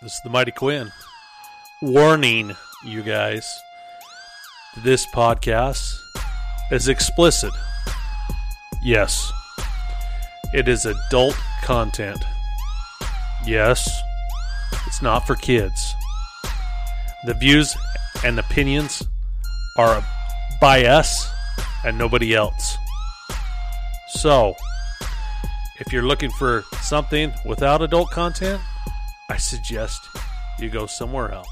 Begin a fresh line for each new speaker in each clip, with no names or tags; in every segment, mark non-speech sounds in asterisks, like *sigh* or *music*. This is the Mighty Quinn. Warning, you guys. This podcast is explicit. Yes. It is adult content. Yes. It's not for kids. The views and opinions are by us and nobody else. So, if you're looking for something without adult content, I suggest you go somewhere else.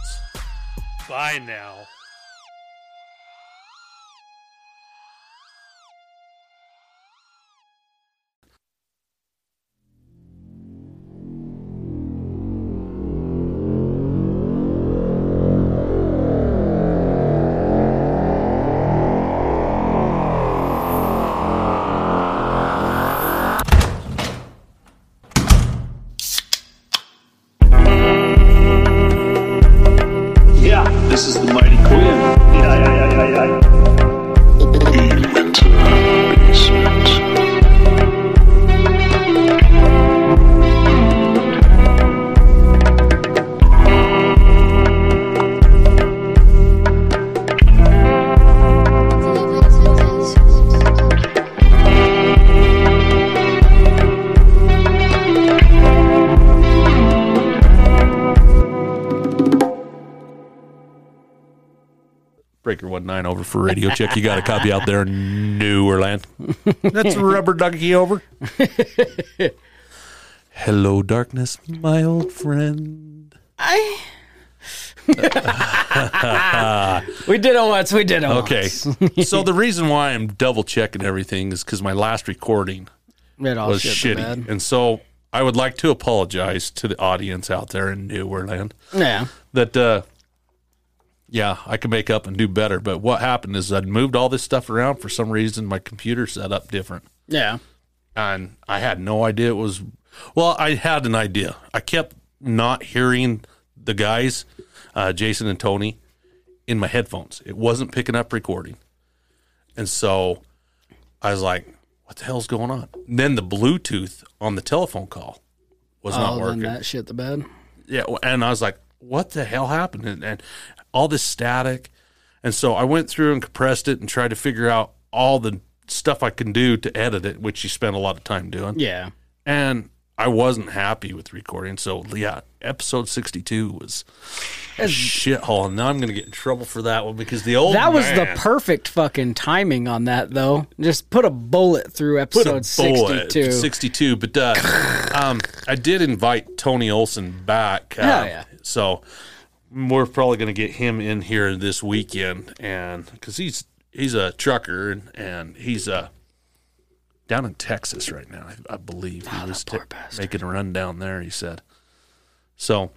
Bye now.
Yeah, this is the Mighty Quinn. Yeah, yeah, yeah, yeah, yeah.
Breaker one nine over for radio check. You got a copy out there in New Orleans. *laughs* That's rubber ducky over. Hello, darkness, my old friend. *laughs*
I. we did it once. We did it
Okay, *laughs*
once.
so the reason why I'm double checking everything is because my last recording
It all
was
shit the
shitty,
bed.
and so I would like to apologize to the audience out there in New Orleans.
Yeah.
that uh yeah, I can make up and do better. But what happened is I'd moved all this stuff around for some reason. My computer set up different,
Yeah.
and I had no idea it was. Well, I had an idea. I kept not hearing the guys, uh, Jason and Tony, in my headphones. It wasn't picking up recording, and so I was like, "What the hell's going on?" then the Bluetooth on the telephone call was
All
not
Oh, then
working.
that shit the bed.
Yeah, well, and I was like, "What the hell happened?" And, and all this static, and so I went through and compressed it and tried to figure out all the stuff I can do to edit it, which you spend a lot of time doing.
Yeah.
And I wasn't happy with recording, so yeah, episode sixty-two was a shithole, and now I'm gonna get in trouble for that one because the old
That was
Oh, man-
the perfect fucking timing on that though. Just put a bullet through
Put a
episode
bullet,
62.
62 but uh, um, i did invite tony olson back uh,
Hell Oh, yeah.
so we're probably going to get him in here this weekend and because he's he's a trucker and, and he's uh, down in texas right now i, I believe he was
Ah, poor
ta-
bastard.
making a run down there he said so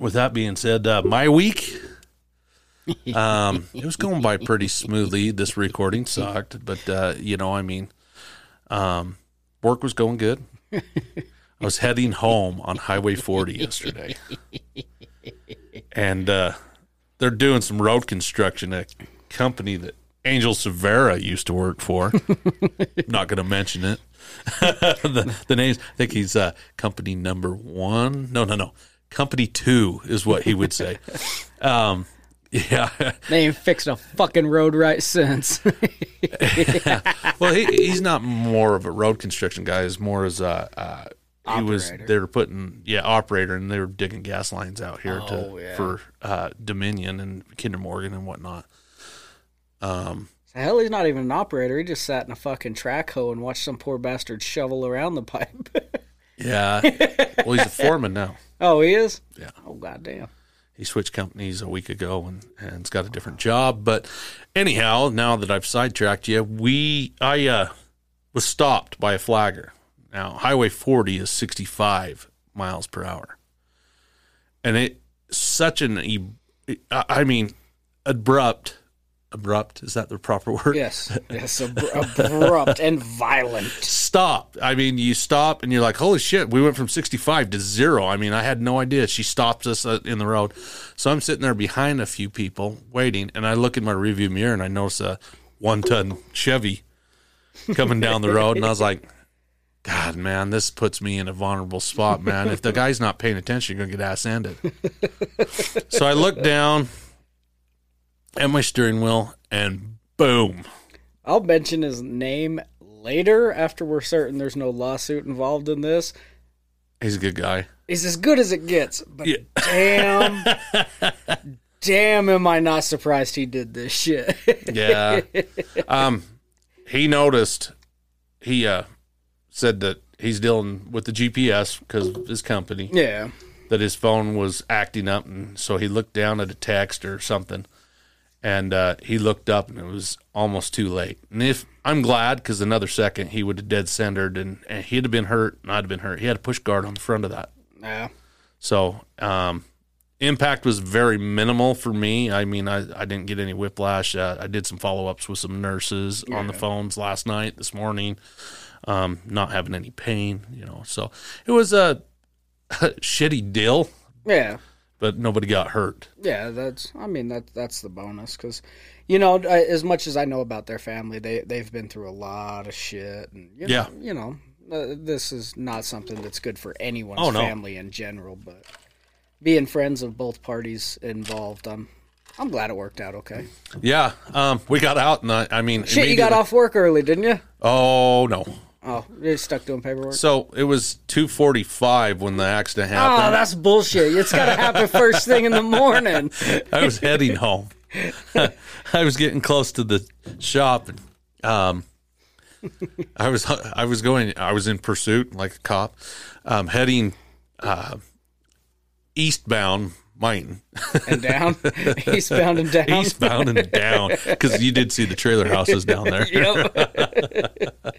with that being said uh, my
*laughs*
week um, it was going by pretty smoothly. This recording sucked, but uh, you know, I mean, um, work was going good. I was heading home on Highway 40 yesterday, and uh, they're doing some road construction at a company that Angel Severa used to work for. Not going to mention it. *laughs* the, the names. I think he's uh, company number one. No, no, no. Company two is what he would say. Um, yeah,
They ain't fixed a fucking road right since. *laughs*
well, he, he's not more of a road construction guy. He's more as a uh, he was.
Operator.
They were putting yeah operator, and they were digging gas lines out here
Oh,
to
yeah.
for uh, Dominion and Kinder Morgan and whatnot.
Hell, he's not even an operator. He just sat in a fucking track hoe and watched some poor bastard shovel around the pipe. *laughs*
Yeah, well, he's a foreman now.
oh, he is?
Yeah.
Oh, goddamn.
He switched companies a week ago and and's got a different job. But anyhow, now that I've sidetracked you, we I uh, was stopped by a flagger. Now Highway 40 is 65 miles per hour, and it such an e- I I mean abrupt abrupt is that the proper *laughs* word?
Yes. Yes. Ab- abrupt and violent.
Stop. I mean, you stop and you're like, holy shit, we went from 65 to zero. I mean, I had no idea. She stopped us uh, in the road. So I'm sitting there behind a few people waiting, and I look in my rearview mirror and I notice a one ton Chevy coming down the road. And I was like, God, God, man, this puts me in a vulnerable spot, man. if the guy's not paying attention, you're gonna get ass ended. so I look down at my steering wheel, and boom.
I'll mention his name later after we're certain there's no lawsuit involved in this.
He's a good guy.
He's as good as it gets, but
Yeah.
damn, damn, am I not surprised he did this shit? *laughs*
Yeah. um, he noticed. He uh, said that he's dealing with the GPS because of his company.
yeah,
That his phone was acting up, and so he looked down at a text or something, and uh, he looked up, and it was almost too late. And if I'm glad because another second he would have dead centered, and, and he'd have been hurt, and I'd have been hurt. He had a push guard on the front of that.
yeah.
So, um, impact was very minimal for me. I mean, I, I didn't get any whiplash. Uh, I did some follow ups with some nurses on the phones last night, this morning, um, not having any pain, you know. So it was a shitty deal,
yeah.
but nobody got hurt.
Yeah, that's. I mean, that that's the bonus because, you know, I, as much as I know about their family, they they've been through a lot of shit, and you know,
Yeah.
you know, uh, this is not something that's good for anyone's
Oh, no.
family in general. But being friends of both parties involved, I'm I'm glad it worked out okay.
Yeah. Um, we got out, and I, I mean,
Shit, you got
immediately-
off work early, didn't you?
Oh, no.
Oh, you're stuck doing paperwork.
So it was 245 when the accident
Oh,
happened.
that's bullshit. It's gotta happen first thing in
*laughs*
the morning.
I was heading home. *laughs* I was getting close to the shop. And, um, I was I was going I was in pursuit like a cop, um, heading uh, eastbound Mine
And down, *laughs* eastbound and down.
eastbound and down because you did see the trailer houses down
*laughs*
there.
Yep.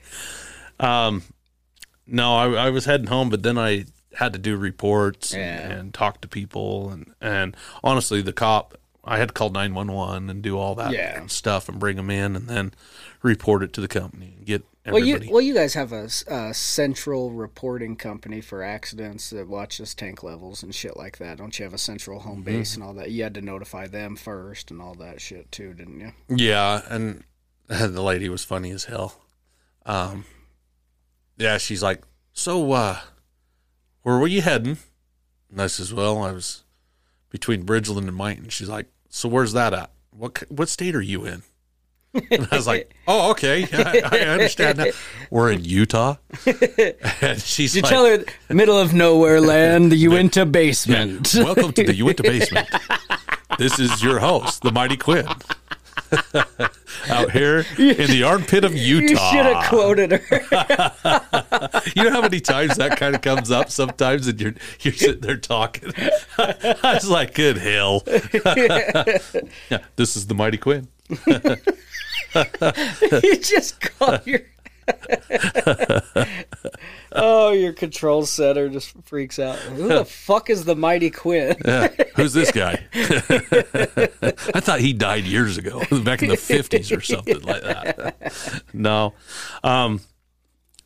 No, I, I was heading home, but then I had to do reports
Yeah.
and, and talk to people, and and honestly, the cop I had to call nine one one and do all that
Yeah.
stuff and bring them in, and then report it to the company and get
Well, you
everybody.
well, you guys have a, s- a central reporting company for accidents that watches tank levels and shit like that. Don't you have a central home
Mm-hmm.
base and all that? You had to notify them first and all that shit too, didn't you?
yeah, and *laughs* the lady was funny as hell. Um, yeah, she's like, so uh, where were you heading? And I says, well, I was between Bridgeland and Mighton. She's like, so where's that at? What c- what state are you in? And I was like, oh, okay, I, I understand that. We're in
*laughs*
Utah. And she's
You
like,
tell her middle
*laughs*
of nowhere land, the Uinta basement.
Welcome to the Uinta Basement. This is your host, the Mighty Quinn, *laughs* out here in the armpit of
*laughs* You
Utah.
should have
*laughs*
quoted her. *laughs*
You know how many times that kind of comes up sometimes, and you're you're sitting there talking. *laughs* I was like, "Good hell!" *laughs* yeah, this is the Mighty Quinn.
you just caught your. *laughs* oh, your control center just freaks out.
*laughs*
Who the fuck is the mighty Quinn?
Yeah, who's *laughs* this guy? I thought he died years ago, back in the fifties or something like that. *laughs* No, um,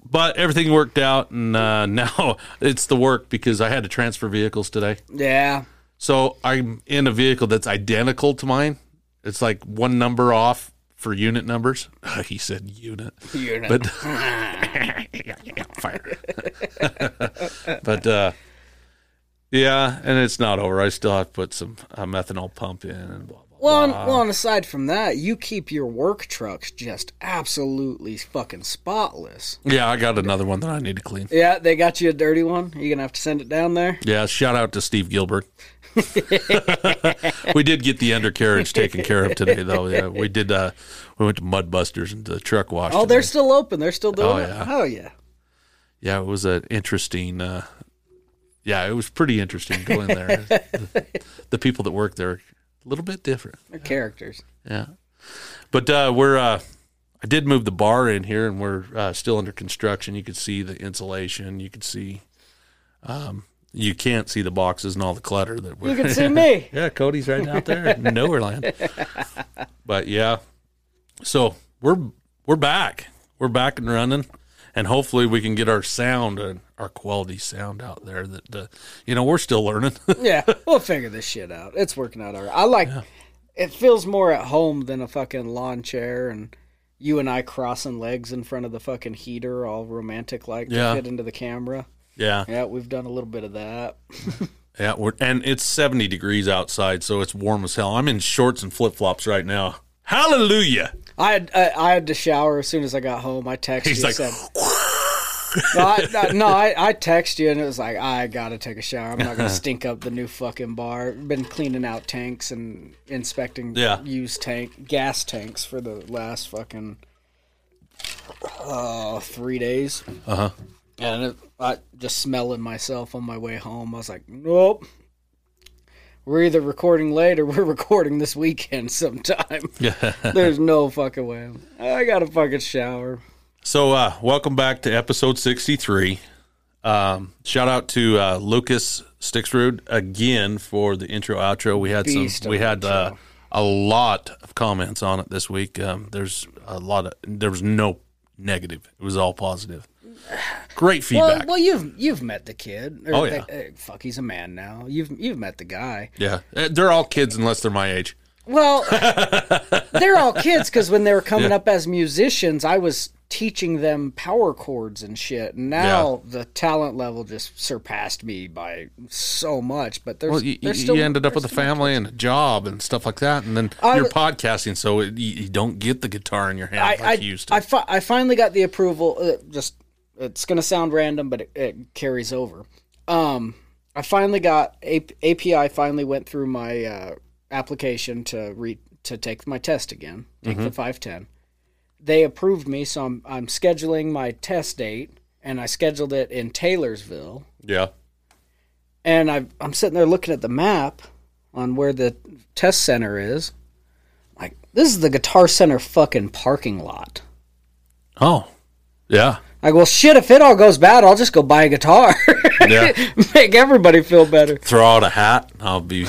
but everything worked out, and uh, *laughs* now it's the work because I had to transfer vehicles today.
yeah.
So I'm in a vehicle that's identical to mine. It's like one number off for unit numbers. *laughs* he said unit.
You're not. *laughs*
But *laughs* fire. *laughs* but uh, yeah, and it's not over. I still have to put some uh, methanol pump in and blah blah.
Well, and, well, and aside from that, you keep your work trucks just absolutely fucking spotless.
Yeah, I got another one that I need to clean.
Yeah, they got you a dirty one. You're gonna have to send it down there.
Yeah, shout out to Steve Gilbert. *laughs* we did get the undercarriage taken care of today, though. Yeah, we did. Uh, we went to Mudbusters and the truck wash.
Oh,
today.
they're still open. They're still doing
Oh,
it.
yeah.
Oh yeah.
yeah, it was an interesting. Uh, yeah, it was pretty interesting going there. the, the people that work there are a little bit different. *laughs*
They're characters.
Yeah. But uh, we're uh, I did move the bar in here, and we're uh, still under construction. You could see the insulation. You could see. Um, you can't see the boxes and all the clutter that we're.
You can see me.
yeah, Cody's right out there, in nowhere land. But yeah, so we're we're back. We're back and running, and hopefully we can get our sound and our quality sound out there. That uh, you know we're still learning. *laughs*
Yeah, we'll figure this shit out. It's working out alright. I like. It feels more at home than a fucking lawn chair and you and I crossing legs in front of the fucking heater, all romantic like,
Yeah.
to fit into the camera.
Yeah.
Yeah, we've done a little bit of that.
Yeah, we're, and it's 70 degrees outside, so it's warm as hell. I'm in shorts and flip flops right now. Hallelujah.
I had I, I had to shower as soon as I got home. I texted
He's
you
like,
said, no, I,
*laughs*
I- no, I, I text you and it was like I gotta take a shower.
*laughs*
I'm not gonna stink up the new fucking bar. Been cleaning out tanks and inspecting
Yeah.
used tank gas tanks for the last fucking uh, three days.
uh huh.
And it, I just smelling myself on my way home. I was like, nope. We're either recording late or we're *laughs* recording this weekend sometime.
Yeah.
*laughs* There's no fucking way. I got to fucking shower.
So, uh, welcome back to episode 63. Um, shout out to uh, Lucas Sticksrud again for the intro outro. We had
Beast
some,
of
we
an
had uh,
intro.
a lot of comments on it this week. Um, there's a lot of, there was no negative, it was all positive. Great
Well,
feedback.
well, you've you've met the kid. Or
Oh, yeah.
the- uh, fuck, he's a man now. You've you've met the guy.
yeah. Uh, They're all kids unless they're my age.
Well, *laughs* they're all kids because when they were coming up as musicians, I was teaching them power chords and shit. And now the talent level just surpassed me by so much. But there's
Well, you,
there's
you-
still
you ended up
there's
with a
still-
family and a job and stuff like that, and then
I
you're
w-
podcasting, so it, you, you don't get the guitar in your hand
I
like
I,
you used to.
I, fi- I finally got the approval. Uh, just it's gonna sound random, but it, it carries over. Um, I finally got A- API. Finally went through my uh, application to re to take my test again. Take
Mm-hmm.
the five ten. They approved me, so I'm I'm scheduling my test date, and I scheduled it in Taylorsville.
yeah,
And I I'm sitting there looking at the map on where the test center is. Like this is the Guitar Center fucking parking lot.
oh, yeah,
Like, well, shit, if it all goes bad, I'll just go buy a guitar. *laughs*
yeah.
Make everybody feel better.
Throw out a hat, and I'll
*laughs*
be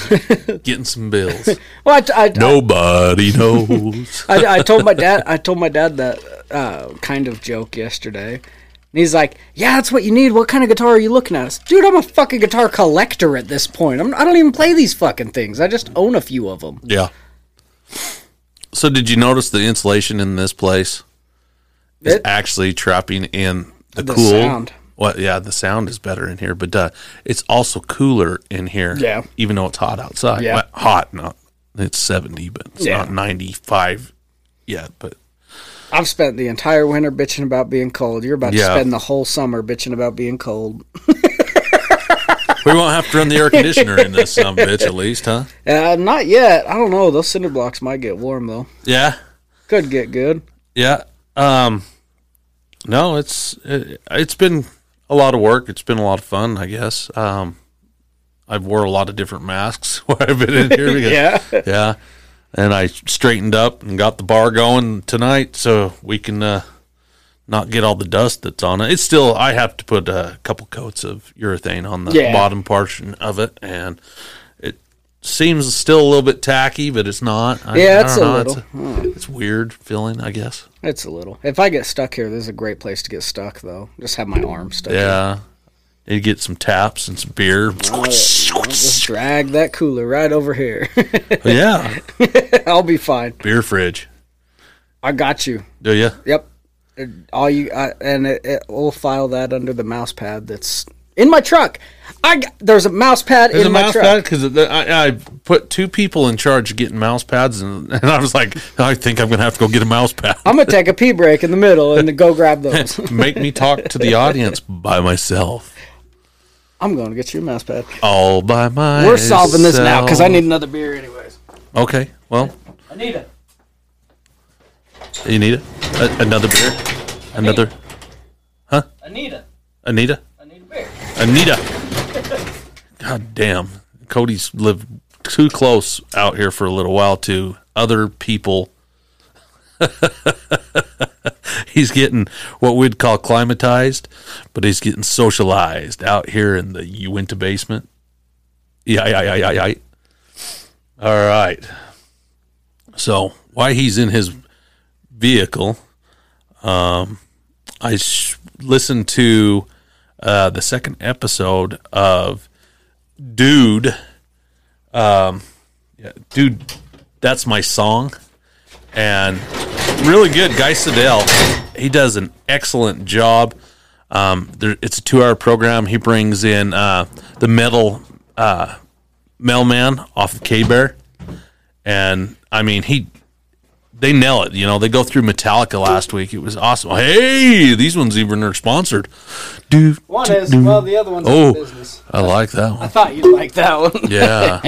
getting some bills.
Well, I, t- I-
Nobody knows.
I, I told my dad, I told my dad that uh, kind of joke yesterday. And he's like, yeah, that's what you need. What kind of guitar are you looking at? I said, Dude, I'm a fucking guitar collector at this point. I'm, I don't even play these fucking things. I just own a few of them.
yeah. So, did you notice the insulation in this place is
It-
actually trapping in the,
The
cool
sound.
Well, yeah, the sound is better in here, but uh, it's also cooler in here.
Yeah.
even though it's hot outside.
Yeah.
Well, hot, not it's seventy, but it's
Yeah.
not ninety five yet. But
I've spent the entire winter bitching about being cold. You're about
Yeah.
to spend the whole summer bitching about being cold.
we won't have to run the air conditioner in this some bitch at least, huh?
Uh, not yet. I don't know. Those cinder blocks might get warm, though.
Yeah,
Could get good.
yeah. Um, no, it's it, it's been a lot of work. It's been a lot of fun, I guess. Um, I've wore a lot of different masks *laughs* while I've been in here. Because
*laughs* Yeah.
yeah. And I straightened up and got the bar going tonight so we can uh, not get all the dust that's on it. It's still, I have to put a couple coats of urethane on the
Yeah.
bottom portion of it. And it seems still a little bit tacky, but it's not. I,
Yeah,
I
it's
don't
a
It's, a- it's weird feeling, I guess.
It's a little. If I get stuck here, this is a great place to get stuck, though. Just have my arm stuck.
Yeah. You get some taps and some *laughs* beer.
Just drag that cooler right over here. *laughs*
yeah.
I'll be fine.
Beer fridge.
I got you.
Do you?
Yep. And All you I, and it, it, we'll file that under the mouse pad that's in my truck. I g- there's a mouse pad
There's
in
a
my
mouse
truck.
pad because I, I put two people in charge of getting mouse pads, and, and I was like, I think I'm gonna have to go get a mouse
*laughs*
pad.
I'm gonna take a pee break in the middle and then go
*laughs*
grab those.
Make me talk to the audience by myself,
I'm gonna get you a mouse pad.
all by myself.
We're solving this now because I need another beer anyways.
Okay, well,
I need it.
you need it. A- another beer, another
I need it.
Anita,
I need a beer.
Anita. God damn, Cody's lived too close out here for a little while to other people. *laughs* he's getting what we'd call climatized, but he's getting socialized out here in the Uinta basement. Yeah, yeah, yeah, yeah, yeah. All right. So why he's in his vehicle, um, I sh- listened to uh, the second episode of Dude. Um, yeah, dude, that's my song, and really good. Guy Siddell, he does an excellent job. Um, there, it's a two-hour program. He brings in uh, the metal uh, mailman off of K Bear, and I mean he they nail it. You know they go through Metallica last week. It was awesome. Hey, these ones even are sponsored. Do
One is well, the other one's
Oh.
out of business.
I like that one.
I thought you'd like that
*laughs*
one.
Yeah.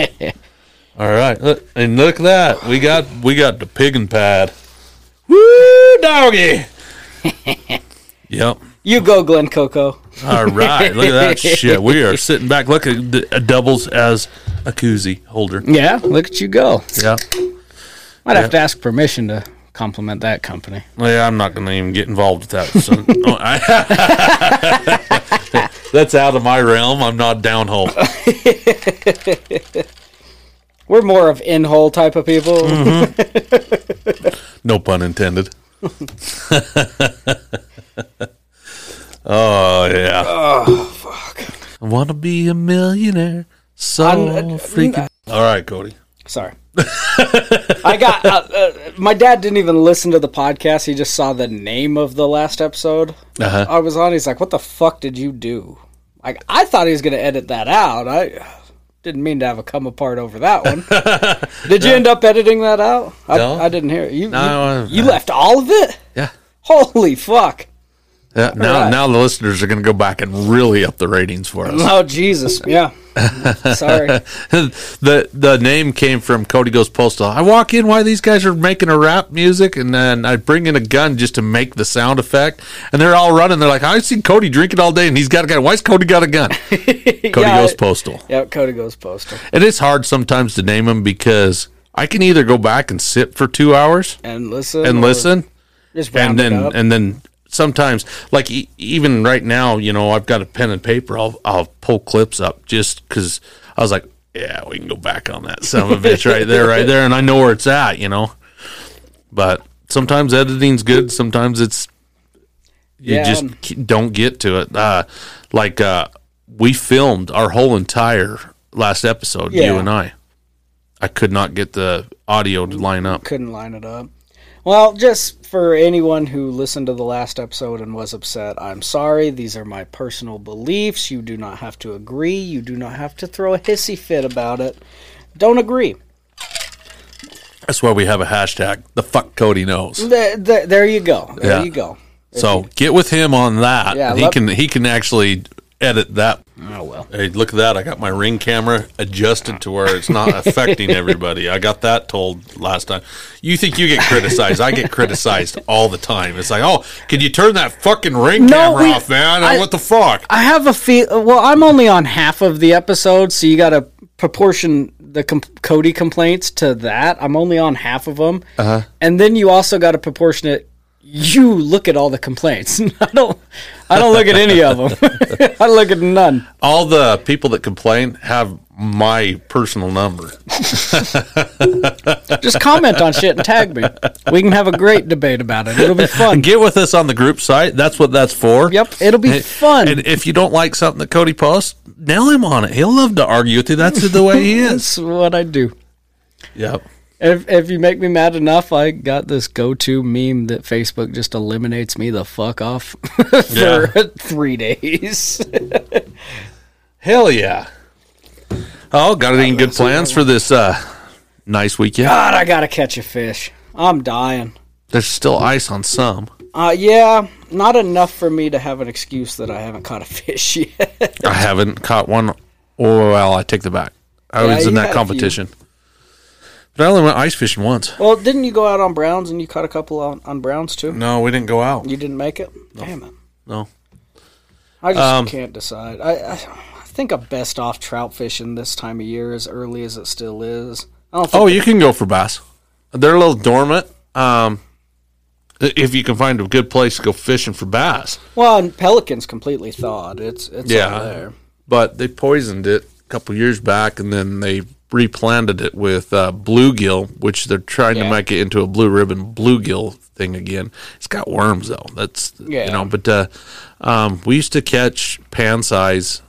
All right. Look, and look at that. We got we got the pig and pad. Woo *laughs* doggy. yep.
You go, Glen Coco.
All right. Look at that *laughs* shit. We are sitting back. Look at the, it doubles as a koozie holder.
Yeah, look at you go.
Yeah.
Might have to ask permission to compliment that company.
Well, yeah, I'm not going to even get involved with that. *laughs* So, no, I- that's out of my realm. I'm not down home.
We're more of in-hole type of people.
Mm-hmm.
*laughs*
No pun intended. *laughs* oh yeah. Oh fuck. I wanna be a millionaire. So
I'm-
freaking. All right, Cody. *laughs*
Sorry. I got. Uh, uh, my dad didn't even listen to the podcast. He just saw the name of the last episode
Uh-huh.
I was on. He's like, "What the fuck did you do?" Like, I thought he was gonna edit that out. I didn't mean to have a come apart over
*laughs*
that one. did you end up editing that out? I,
No.
I didn't hear it. You,
No,
you, you
I-
left all of it.
Yeah.
Holy fuck!
Yeah. Now,
right.
now the listeners are gonna go back and really up the ratings for us. *laughs*
*laughs* Oh Jesus! Yeah. Sorry.
the The name came from Cody goes postal. I walk in while these guys are making a rap music, and then I bring in a gun just to make the sound effect. And they're all running. They're like, I've seen Cody drinking all day, and he's got a gun. Why's Cody got a gun? Cody
Yeah,
goes
I-
postal.
Yeah, Coda goes postal,
And it's hard sometimes to name them because I can either go back and sit for two hours
and listen
and
or
listen,
Just
and
round it
then
up.
and then sometimes, like e- even right now, you know, I've got a pen and paper. I'll I'll pull clips up just because I was like, yeah, we can go back on that son of a bitch right there, right there, and I know where it's at, you know. But sometimes editing's good. Sometimes it's you
Yeah. um
just k- don't get to it. Uh, like uh, we filmed our whole entire last episode, you
Yeah.
and I. I could not get the audio to line up.
couldn't line it up. Well, just for anyone who listened to the last episode and was upset, I'm sorry. These are my personal beliefs. You do not have to agree. You do not have to throw a hissy fit about it. Don't agree.
That's why we have a hashtag. The fuck Cody knows.
Th- th- there you go. There
Yeah.
you go.
So get with him on that.
Yeah,
he
let-
can he can actually edit that.
Oh well.
Hey, look at that! I got my ring camera adjusted to where it's not
*laughs*
affecting everybody. I got that told last time. You think you get criticized? I get criticized all the time. It's like, oh, can you turn that fucking ring
No,
camera
we-
off, man?
I-
what the fuck?
I have a feel. Well, I'm only on half of the episode, so you got to proportion the com- Cody complaints to that. I'm only on half of them, uh-huh. and then you also got to proportion it. You look at all the complaints. *laughs* I don't. I don't look at any of them. *laughs* I look at none.
all the people that complain have my personal number.
Just comment on shit and tag me. We can have a great debate about it. It'll be fun.
Get with us on the group site. That's what that's for.
Yep, it'll be fun.
And if you don't like something that Cody posts, nail him on it. He'll love to argue with you. That's the way he
*laughs*
is.
That's what I do.
Yep.
If, if you make me mad enough, I got this go to meme that Facebook just eliminates me the fuck off *laughs* for
Yeah.
three days.
Hell yeah. Oh, got any good plans for this uh, nice weekend?
God, I gotta catch a fish. I'm dying.
There's still ice on some.
Uh, yeah, not enough for me to have an excuse that I haven't caught a *laughs* fish yet.
I haven't caught one. Oh, well, I take the back. I
Yeah,
was in
you
that
had a
competition. But I only went ice fishing once.
well, didn't you go out on Browns and you caught a couple on, on Browns too?
No, we didn't go out.
You didn't make it? Damn it.
No.
I just
Um,
can't decide. I, I, I think I'm best off trout fishing this time of year, as early as it still is. I don't think
Oh, you can go for bass. They're a little dormant. Um, i- if you can find a good place to go fishing for bass,
Well, and pelican's completely thawed. It's it's
Yeah.
yeah. there.
but they poisoned it a couple years back, and then they replanted it with uh, bluegill, which they're trying to
Yeah.
make it into a blue ribbon bluegill thing again. It's got worms though. That's you
Yeah.
know. But uh, um, we used to catch pan size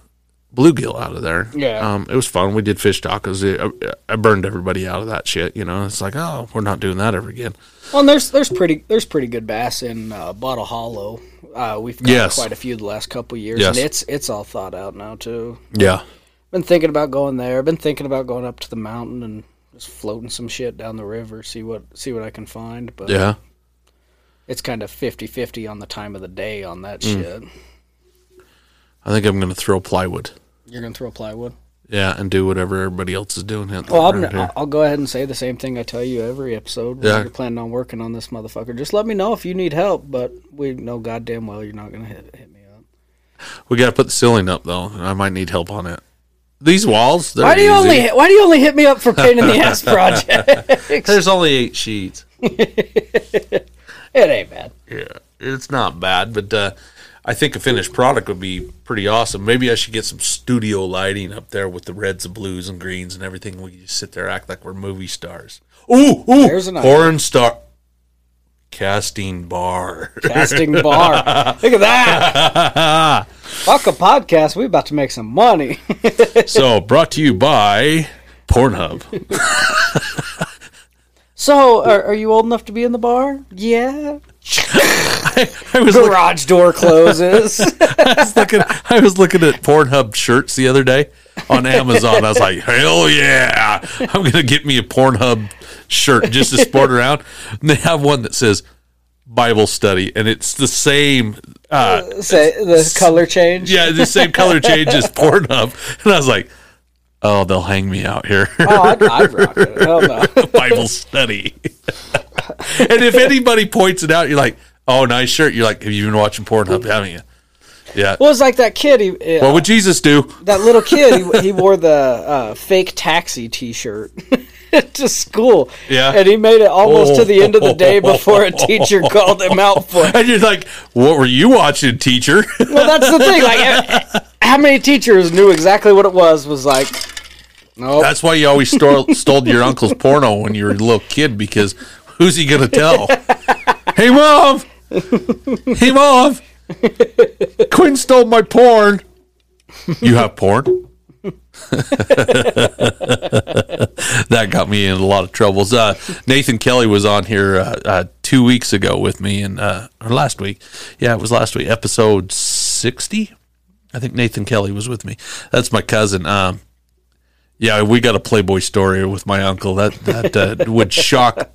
bluegill out of there.
Yeah.
Um, it was fun. We did fish tacos. It, I, I burned everybody out of that shit. You know, it's like, oh, we're not doing that ever again.
Well, and there's there's pretty there's pretty good bass in uh, Bottle Hollow. Uh, we've got
Yes.
quite a few the last couple years,
Yes.
and it's it's all thought out now too.
Yeah.
Been thinking about going there. Been thinking about going up to the mountain and just floating some shit down the river, see what see what I can find. But
Yeah.
it's kind of 50-50 on the time of the day on
Mm.
that shit.
I think I'm gonna throw plywood.
You're gonna throw plywood.
Yeah, and do whatever everybody else is doing. Well,
Well, I'm, I'll- I'll go ahead and say the same thing I tell you every episode. When
Yeah.
you're planning on working on this motherfucker, just let me know if you need help. But we know goddamn well you're not gonna hit hit me up. uh,
we gotta put the ceiling up though. and I might need help on it. These walls. They're
Why do you
easy.
only Why do you only hit me up for pain in
*laughs*
the ass projects?
There's only eight sheets.
it ain't bad.
Yeah, it's not bad, but uh, I think a finished product would be pretty awesome. Maybe I should get some studio lighting up there with the reds and blues and greens and everything. We just sit there act like we're movie stars. Ooh, ooh,
There's an idea.
porn star casting bar.
Casting
*laughs*
bar. Look at that. Fuck a podcast. We about to make some money. *laughs*
so brought to you by Pornhub.
so, are, are you old enough to be in the bar? Yeah.
I was look-
Garage door closes. *laughs*
looking. I was looking at Pornhub shirts the other day on Amazon. I was like, hell yeah, I'm gonna get me a Pornhub shirt just to sport around. And they have one that says Bible study, and it's the same. Uh,
Say the color change.
yeah, the same color change as Pornhub. And I was like, oh, they'll hang me out here. *laughs*
Oh, I'd, I'd rock it. Hell no.
Bible study. *laughs* and if anybody points it out, you're like, oh, nice shirt. You're like, have you been watching Pornhub? Haven't you? Yeah.
Well, it's like that kid. He, uh,
What would Jesus do?
that little kid, he,
*laughs*
he wore the uh, fake taxi T-shirt *laughs* to school.
Yeah.
and he made it almost to the end of the day before
*laughs*
a teacher called him out for it.
And you're like, what were you watching, teacher?
Well, that's the thing. Like, eh, how many teachers knew exactly what it was? Was like, no,
That's why you always stole, stole your uncle's porno when you were a little kid because who's he going to tell? hey, mom. Hey, mom. Quinn stole my porn. You have porn? *laughs* that got me in a lot of troubles. Uh, Nathan Kelly was on here uh, uh, two weeks ago with me, and uh, or last week. Yeah, it was last week, episode 60. I think Nathan Kelly was with me. That's my cousin. Um, yeah, we got a Playboy story with my uncle that that uh, *laughs* would shock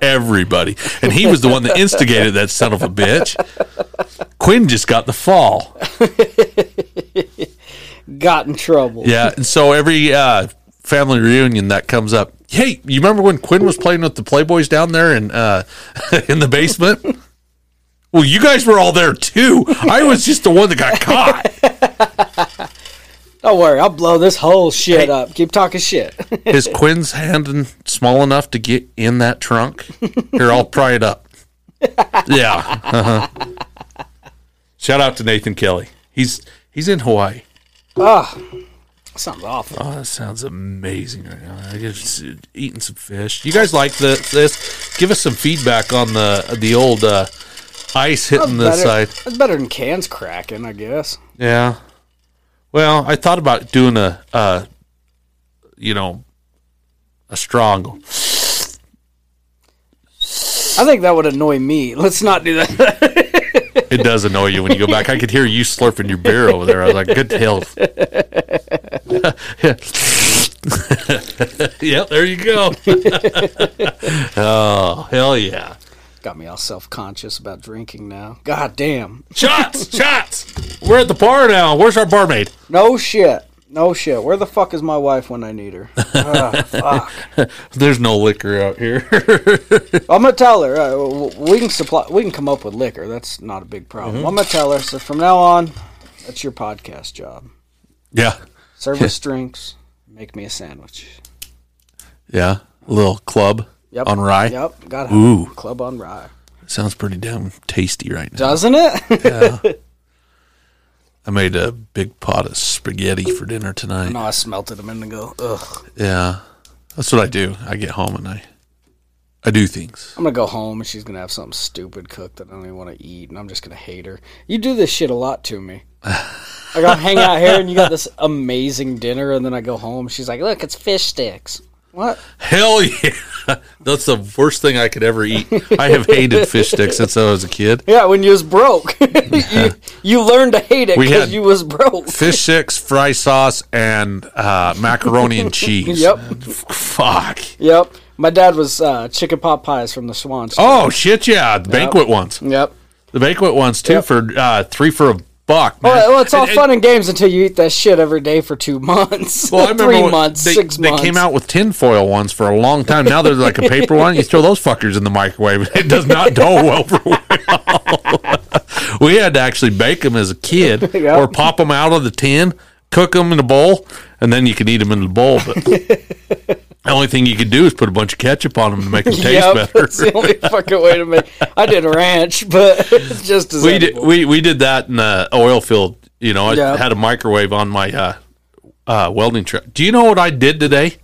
everybody, and he was the one that instigated that son of a bitch. Quinn just got the fall.
got in trouble.
Yeah, and so every uh, family reunion that comes up, hey, you remember when Quinn was playing with the Playboys down there in uh, *laughs* in the basement? Well, you guys were all there too. I was just the one that got caught.
Don't worry, I'll blow this whole shit up. Keep talking shit. *laughs*
Is Quinn's hand in- small enough to get in that trunk? Here, I'll pry it up. Yeah. uh-huh. Shout out to Nathan Kelly. He's he's in Hawaii.
Sounds awful.
Oh, that sounds amazing right now. I just uh, eating some fish. You guys like the this? Give us some feedback on the the old uh, ice hitting the
Better-
side.
That's better than cans cracking, I guess.
Yeah. Well, I thought about doing a, uh, you know, a strong
I think that would annoy me. *laughs* Let's not do that.
It does annoy you when you go back. I could hear you slurping your beer over there. I was like, good health. *laughs* yep, there you go. *laughs* oh, hell yeah.
Got me all self conscious about drinking now. God damn.
Shots, shots. We're at the bar now. Where's our barmaid?
No shit. No shit. Where the fuck is my wife when I
*laughs*
need her? Ah, fuck.
There's no liquor out here. *laughs*
I'm gonna tell her. Uh, w- we can supply. We can come up with liquor. That's not a big problem.
Mm-hmm.
I'm gonna tell her. So from now on, that's your podcast job.
yeah. *laughs*
Service drinks. Make me a sandwich.
Yeah. A little club
Yep.
on rye.
Yep. Got it.
Ooh.
Club on rye.
Sounds pretty damn tasty right now.
Doesn't it? *laughs*
I made a big pot of spaghetti for dinner tonight.
no, I smelted a minute ago. Ugh.
Yeah. That's what I do. I get home and I I do things.
I'm gonna go home and she's gonna have
*laughs*
something stupid cooked that I don't even want to eat, and I'm just gonna hate her. You do this shit a lot to me. Like I'm hanging out here, and you got this amazing dinner, and then I go home. She's like, "Look, it's fish sticks." What?
Hell yeah. *laughs* That's the worst thing I could ever eat. I have hated fish sticks since I was a kid.
Yeah, when you was broke, *laughs* you, you learned to hate it
We had-
because you was broke.
Fish sticks, fry sauce, and uh, macaroni and cheese.
Yep.
F- Fuck.
Yep. My dad was uh, chicken pot pies from the Swan. Store.
Oh shit! Yeah, the banquet ones.
Yep.
The banquet ones too
Yep. Oh,
for uh, three for a buck. Man.
Well, well, it's all fun and games until you eat that shit every day for two months,
Well, I remember
*laughs* three
when
months,
they,
six
they
months.
came out with tinfoil ones for a long time. Now they're like a paper one. You throw those fuckers in the microwave. *laughs* It does not go well for *laughs* we had to actually bake them as a kid
*laughs* Yeah.
or pop them out of the tin, cook them in a bowl, and then you can eat them in the bowl.
*laughs*
But the only thing you could do is put a bunch of ketchup on them to
*laughs*
make them taste
yep,
better.
that's the *laughs* only fucking way to make. I did ranch, but *laughs* it's just as
we did we, we did that in the oil field. You know, I
Yeah.
had a microwave on my uh, uh, welding truck. Do you know what I did today?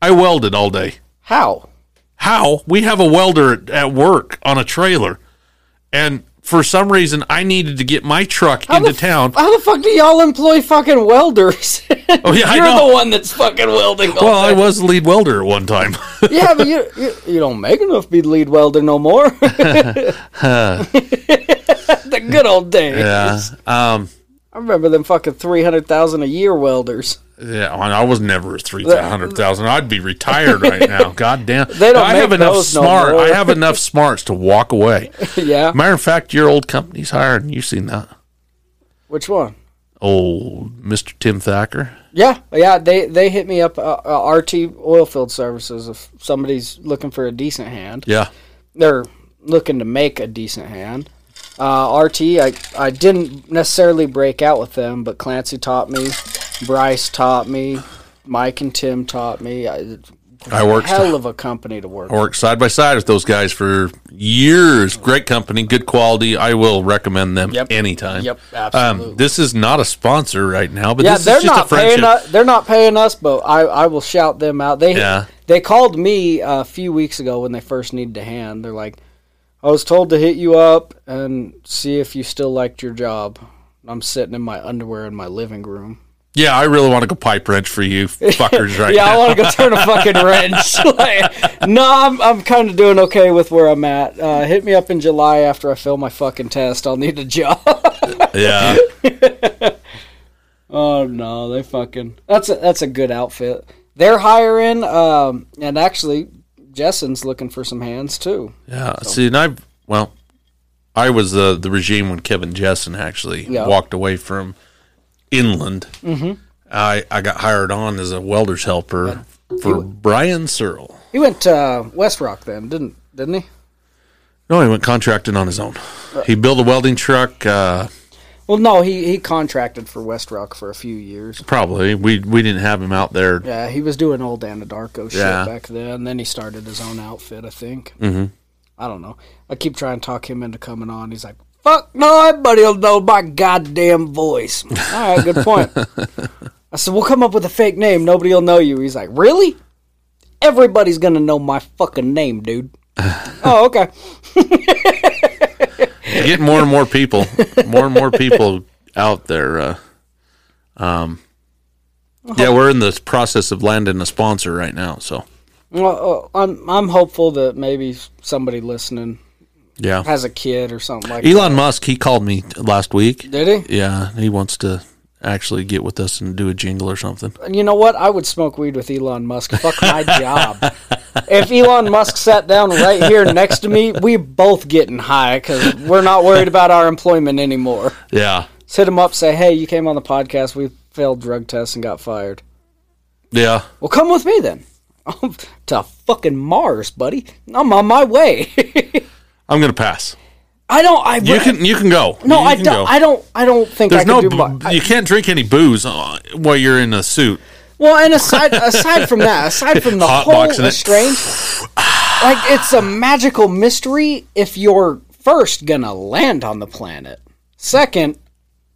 I welded all day.
How?
How we have a welder at, at work on a trailer, and for some reason I needed to get my truck into
the f-
town.
How the fuck do y'all employ fucking welders? *laughs*
Oh yeah, I
You're
know.
the one that's fucking welding. all
well, I
day.
was the lead welder at one time.
*laughs* yeah, but you, you you don't make enough to be lead welder no more. *laughs* the good old days.
yeah, um,
I remember them fucking three hundred thousand a year welders. *laughs*
yeah. and I was never three hundred thousand. I'd be retired right
*laughs*
now. God damn.
They don't
I have
make
enough
those no
smart.
more.
I have enough smarts to walk
*laughs*
away.
yeah.
*laughs* Matter of fact, your old company's hiring. You seen that?
Which one?
Old Mister Tim Thacker.
Yeah, yeah. They they hit me up. Uh, uh, RT Oilfield Services. If somebody's looking for a decent hand,
Yeah.
they're looking to make a decent hand. Uh, RT, I I didn't necessarily break out with them, but Clancy taught me, Bryce taught me, Mike and Tim taught me. I,
I worked-
hell of a company to work.
I worked side by side with those guys for years. Great company, good quality. I will recommend them
Yep.
anytime.
Yep, absolutely.
Um, this is not a sponsor right now, but
yeah,
this
they're
is just
not
a
paying
friendship.
us. They're not paying us, but I, I will shout them out. They
Yeah.
they called me a few weeks ago when they first needed a hand. They're like, I was told to hit you up and see if you still liked your job. I'm sitting in my underwear in my living room.
yeah, I really want to go pipe wrench for
*laughs*
you fuckers right
Yeah, I
now.
want
*laughs*
to go turn a fucking wrench. *laughs* Like, no, I'm I'm kind of doing okay with where I'm at. Uh, hit me up in July after I fail my fucking test. I'll need a job.
yeah.
*laughs* Oh no, they fucking. That's a that's a good outfit. They're hiring, um, and actually, Jessen's looking for some hands too.
Yeah. See, and I've, well, I was uh, the regime when Kevin Jessen actually
Yeah.
walked away from inland. Mm-hmm. I, I got hired on as a welder's helper for Brian Searle.
He went to uh, West Rock then, didn't didn't he?
No, he went contracting on his own. He built a welding truck. Uh,
Well, no, he he contracted for West Rock for a few years.
Probably. We we didn't have him out there.
Yeah, he was doing old Anadarko shit
Yeah. Mm-hmm.
back then. And then he started his own outfit, I think. I don't know. I keep trying to talk him into coming on. He's like, "Fuck no, everybody'll know my goddamn voice." All right, good
*laughs*
point. I said, "We'll come up with a fake name. Nobody'll know you." He's like, "Really? Everybody's gonna know my fucking name,
*laughs*
dude." oh, okay.
Get more and more people, more and more people out there. Uh, um, yeah, we're in the process of landing a sponsor right now. So
Well, uh, I'm I'm hopeful that maybe somebody listening
yeah,
has a kid or something like.
Elon Musk. He called me last week.
that. Did he?
Yeah, he wants to actually get with us and do a jingle or something.
And you know what? I would smoke weed with Elon Musk. Fuck my job. If Elon Musk sat down right here next to me, we both getting high because we're not worried about our employment anymore.
Yeah,
Just hit him up, say, "Hey, you came on the podcast. We failed drug tests and got fired.
yeah.
Well, come with me then *laughs* to fucking Mars, buddy. I'm on my way. *laughs*
I'm gonna pass.
I don't. I
You can you can go.
No,
You
I
can go.
don't. I don't. I don't think I
There's
can
no.
do.
bu-
mu- I-
you can't drink any booze uh, while you're in a suit.
Well,
*laughs*
and aside aside from that, aside from the
Hot
whole
boxing it.
strange, like it's a magical mystery if you're first gonna land on the planet. Second,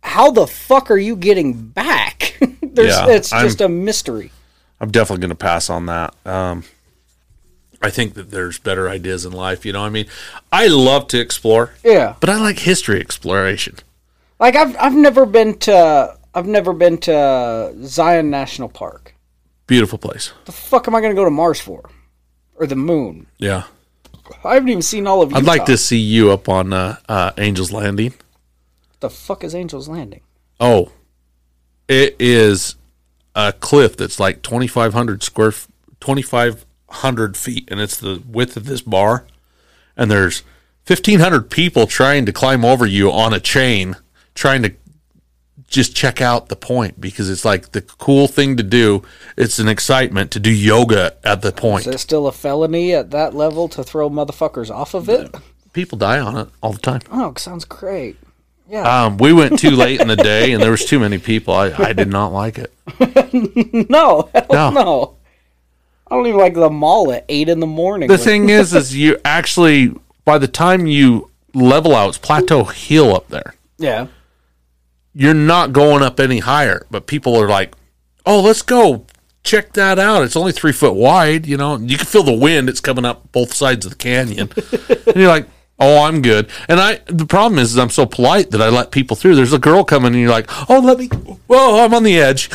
how the fuck are you getting back? *laughs* There's
Yeah,
it's
I'm-
just a mystery.
I'm definitely going to pass on that. Um, I think that there's better ideas in life. You know, I mean, I love to explore,
Yeah,
but I like history exploration.
Like I've I've never been to I've never been to Zion National Park.
Beautiful place.
The fuck am I gonna go to Mars for? Or the moon?
Yeah.
I haven't even seen all of. Utah.
I'd like to see you up on uh, uh, Angel's Landing.
The fuck is Angel's Landing?
Oh, it is a cliff that's like 2,500 square, f- 2,500 feet, and it's the width of this bar. And there's 1,500 people trying to climb over you on a chain, trying to just check out the point because it's like the cool thing to do. It's an excitement to do yoga at the point.
Is it still a felony at that level to throw motherfuckers off of it?
People die on it all the time.
Oh, sounds great.
Um, we went too late in the day, and there was too many people. I, I did not like it.
*laughs* No, hell
No.
no. I don't even like the mall at eight in the morning.
The
when-
thing is, is you actually by the time you level out, it's plateau hill up there.
yeah.
You're not going up any higher, but people are like, "Oh, let's go check that out. It's only three foot wide. You know, you can feel the wind. It's coming up both sides of the canyon." and you're like, "Oh, I'm good." And I, the problem is, is I'm so polite that I let people through. There's a girl coming, and you're like, "Oh, let me." Whoa, I'm on the edge. *laughs*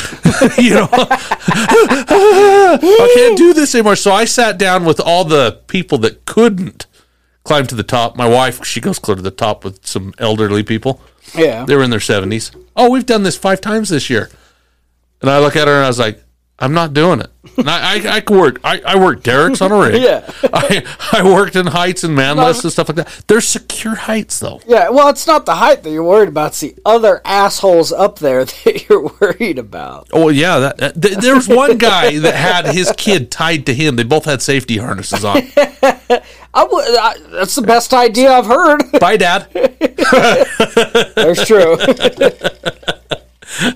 you know. I can't do this anymore. So I sat down with all the people that couldn't climb to the top. My wife, she goes clear to the top with some elderly people.
Yeah.
They were in their 70s. Oh, we've done this five times this year. And I look at her and I was like, I'm not doing it. And I, I, I could work. I, I worked derricks on a rig.
Yeah.
I, I worked in heights and man lists and stuff like that. They're secure heights, though.
Yeah, well, it's not the height that you're worried about. It's the other assholes up there *laughs* that you're worried about.
Oh yeah, that, that, th- there was one guy that had his kid tied to him. They both had safety harnesses on.
I would. I, that's the best idea I've heard. *laughs*
Bye, Dad.
That's true.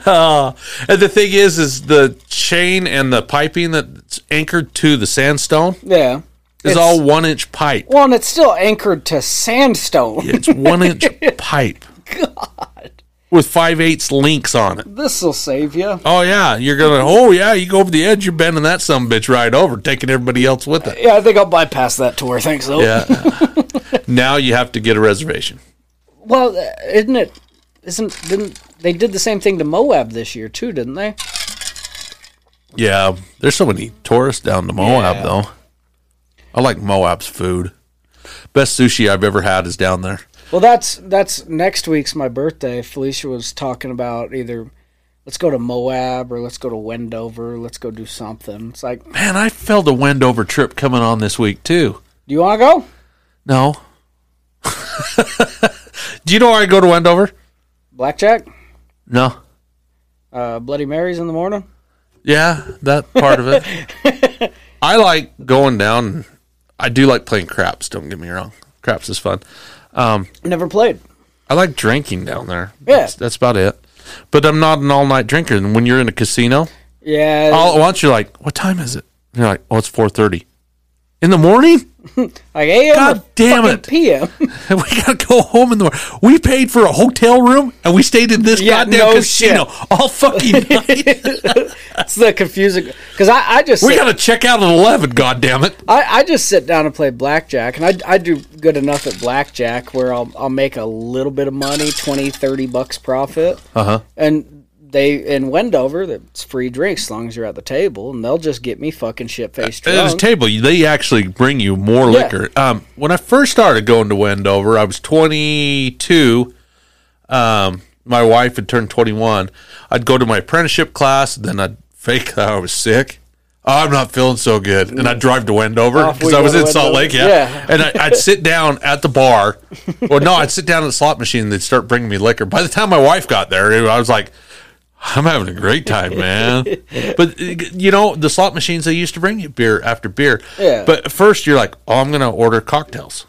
Uh, And the thing is, is the chain and the piping that's anchored to the sandstone
*laughs* yeah.
is all one inch pipe.
Well, and it's still anchored to sandstone.
It's one inch pipe. God. With five eighths links on it.
*laughs* This will save you.
Oh yeah, you're gonna. Oh yeah, you go over the edge. You're bending that some bitch right over, taking everybody else with it.
Yeah, I think I'll bypass that tour. Thanks, though.
Yeah. now you have to get a reservation.
Well, uh, isn't it? Isn't didn't they did the same thing to Moab this year too? Didn't they?
Yeah, there's so many tourists down to Moab
Yeah.
though. I like Moab's food. Best sushi I've ever had is down there.
Well, that's that's next week's my birthday. Felicia was talking about either let's go to Moab or let's go to Wendover. Let's go do something. It's like, do
Man, I felt a Wendover trip coming on this week too.
you want to go?
No. *laughs* Do you know where I go to Wendover?
Blackjack,
No.
uh, Bloody Marys in the morning.
Yeah, that part of it.
*laughs*
I like going down. I do like playing craps. Don't get me wrong. Craps is fun.
Never played.
I like drinking down there.
Yeah.
That's, that's about it. But I'm not an all night drinker. And when you're in a casino,
Yeah,
all at once you're like, "What time is it?" And you're like, "Oh, it's 4:30 in the morning." *laughs*
like AM.
God
or
damn
fucking
it.
*laughs* PM.
And we gotta go home in the morning. We paid for a hotel room and we stayed in this
Yeah,
goddamn
no
casino all
*laughs*
fucking night.
That's the confusing because I, I just
We
sit,
gotta check out at eleven. goddamn it!
I, I just sit down and play blackjack, and I, I do good enough at blackjack where I'll I'll make a little bit of money, 20, 30 bucks profit. Uh huh. And they in Wendover, that's free drinks as long as you're at the table, and they'll just get me fucking shit faced
At the
drunk.
table, they actually bring you more
Yeah.
liquor. Um, when I first started going to Wendover, I was twenty two. Um, my wife had turned twenty one. I'd go to my apprenticeship class, then I'd fake that I was sick. Oh, I'm not feeling so good, and I'd drive to Wendover
Off we
because I
go
was
to
in Salt
Wendover.
Lake, yeah.
Yeah.
And I, I'd
*laughs*
sit down at the bar, or no, I'd sit down at the slot machine. and They'd start bringing me liquor. By the time my wife got there, it- I was like, I'm having a great time,
*laughs*
man. but uh, you know, the slot machines they used to bring you beer after beer.
Yeah.
But at first you're like, "Oh, I'm going to order cocktails."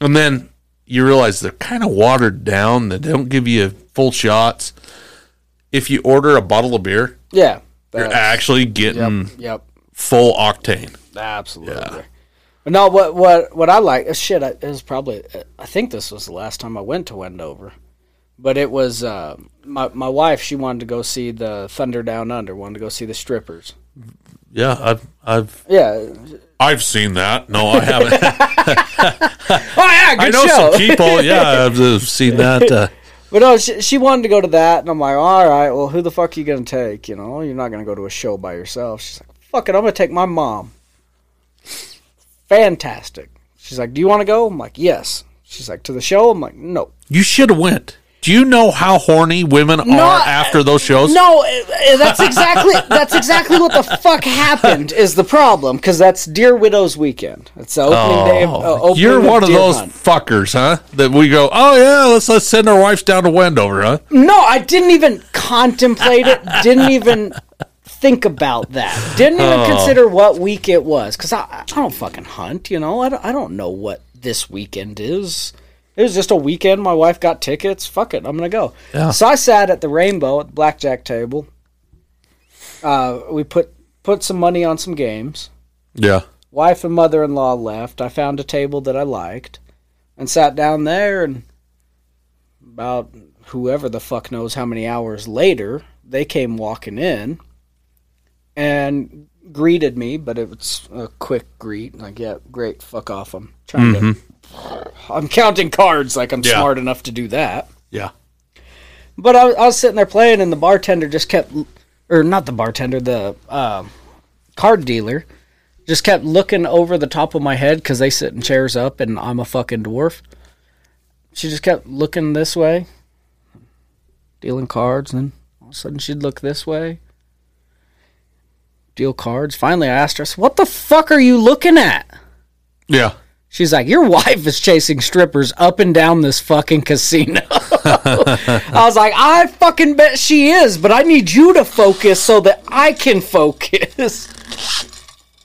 And then you realize they're kind of watered down. They don't give you full shots. If you order a bottle of beer,
yeah.
you're
That-
actually getting
yep.
full octane.
Absolutely. But No, what what what I like? uh, Shit, I, it was probably. uh, I think this was the last time I went to Wendover, but it was uh, my my wife. She wanted to go see the Thunder Down Under. Wanted to go see the strippers.
Yeah, I've I've
Oh, Yeah.
I've seen that. No, I
*laughs*
haven't.
Oh yeah,
*laughs*
good
I know
show.
some people. Yeah, I've, I've seen that. Uh,
*laughs* But no, she, she wanted to go to that, and I'm like, all right, well, who the fuck are you gonna take? You know, you're not gonna go to a show by yourself. She's like, fuck it, I'm gonna take my mom. Fantastic. She's like, do you want to go? I'm like, yes. She's like, to the show? I'm like, no.
You should have went. Do you know how horny women are after those shows? *laughs*
No, eh, eh, that's exactly that's exactly what the fuck happened is the problem because that's Dear Widow's weekend. It's the opening day. Of, uh, opening
Oh, You're one of
Deer
those
Hunt.
fuckers, huh? That we go, oh yeah, let's let's send our wives down to Wendover, huh?
No, I didn't even contemplate it. Didn't even think about that. Didn't even consider what week it was because I, I don't fucking hunt. You know, I don't, I don't know what this weekend is. It was just a weekend. My wife got tickets. Fuck it, I'm gonna go.
Yeah.
So I sat at the Rainbow at the blackjack table. Uh, we put put some money on some games.
Yeah.
Wife and mother in law left. I found a table that I liked and sat down there. And about whoever the fuck knows how many hours later, they came walking in and greeted me, but it was a quick greet. Like, yeah, great, fuck off. I'm trying to. I'm counting cards like I'm
Yeah.
smart enough to do that.
Yeah.
But I, I was sitting there playing, and the bartender just kept, or not the bartender, the um, card dealer just kept looking over the top of my head because they sit in chairs up, and I'm a fucking dwarf. She just kept looking this way, dealing cards, and then all of a sudden she'd look this way, deal cards. Finally, I asked her, I said, What the fuck are you looking at?
Yeah.
She's like, Your wife is chasing strippers up and down this fucking casino. I was like, I fucking bet she is, but I need you to focus so that I can focus.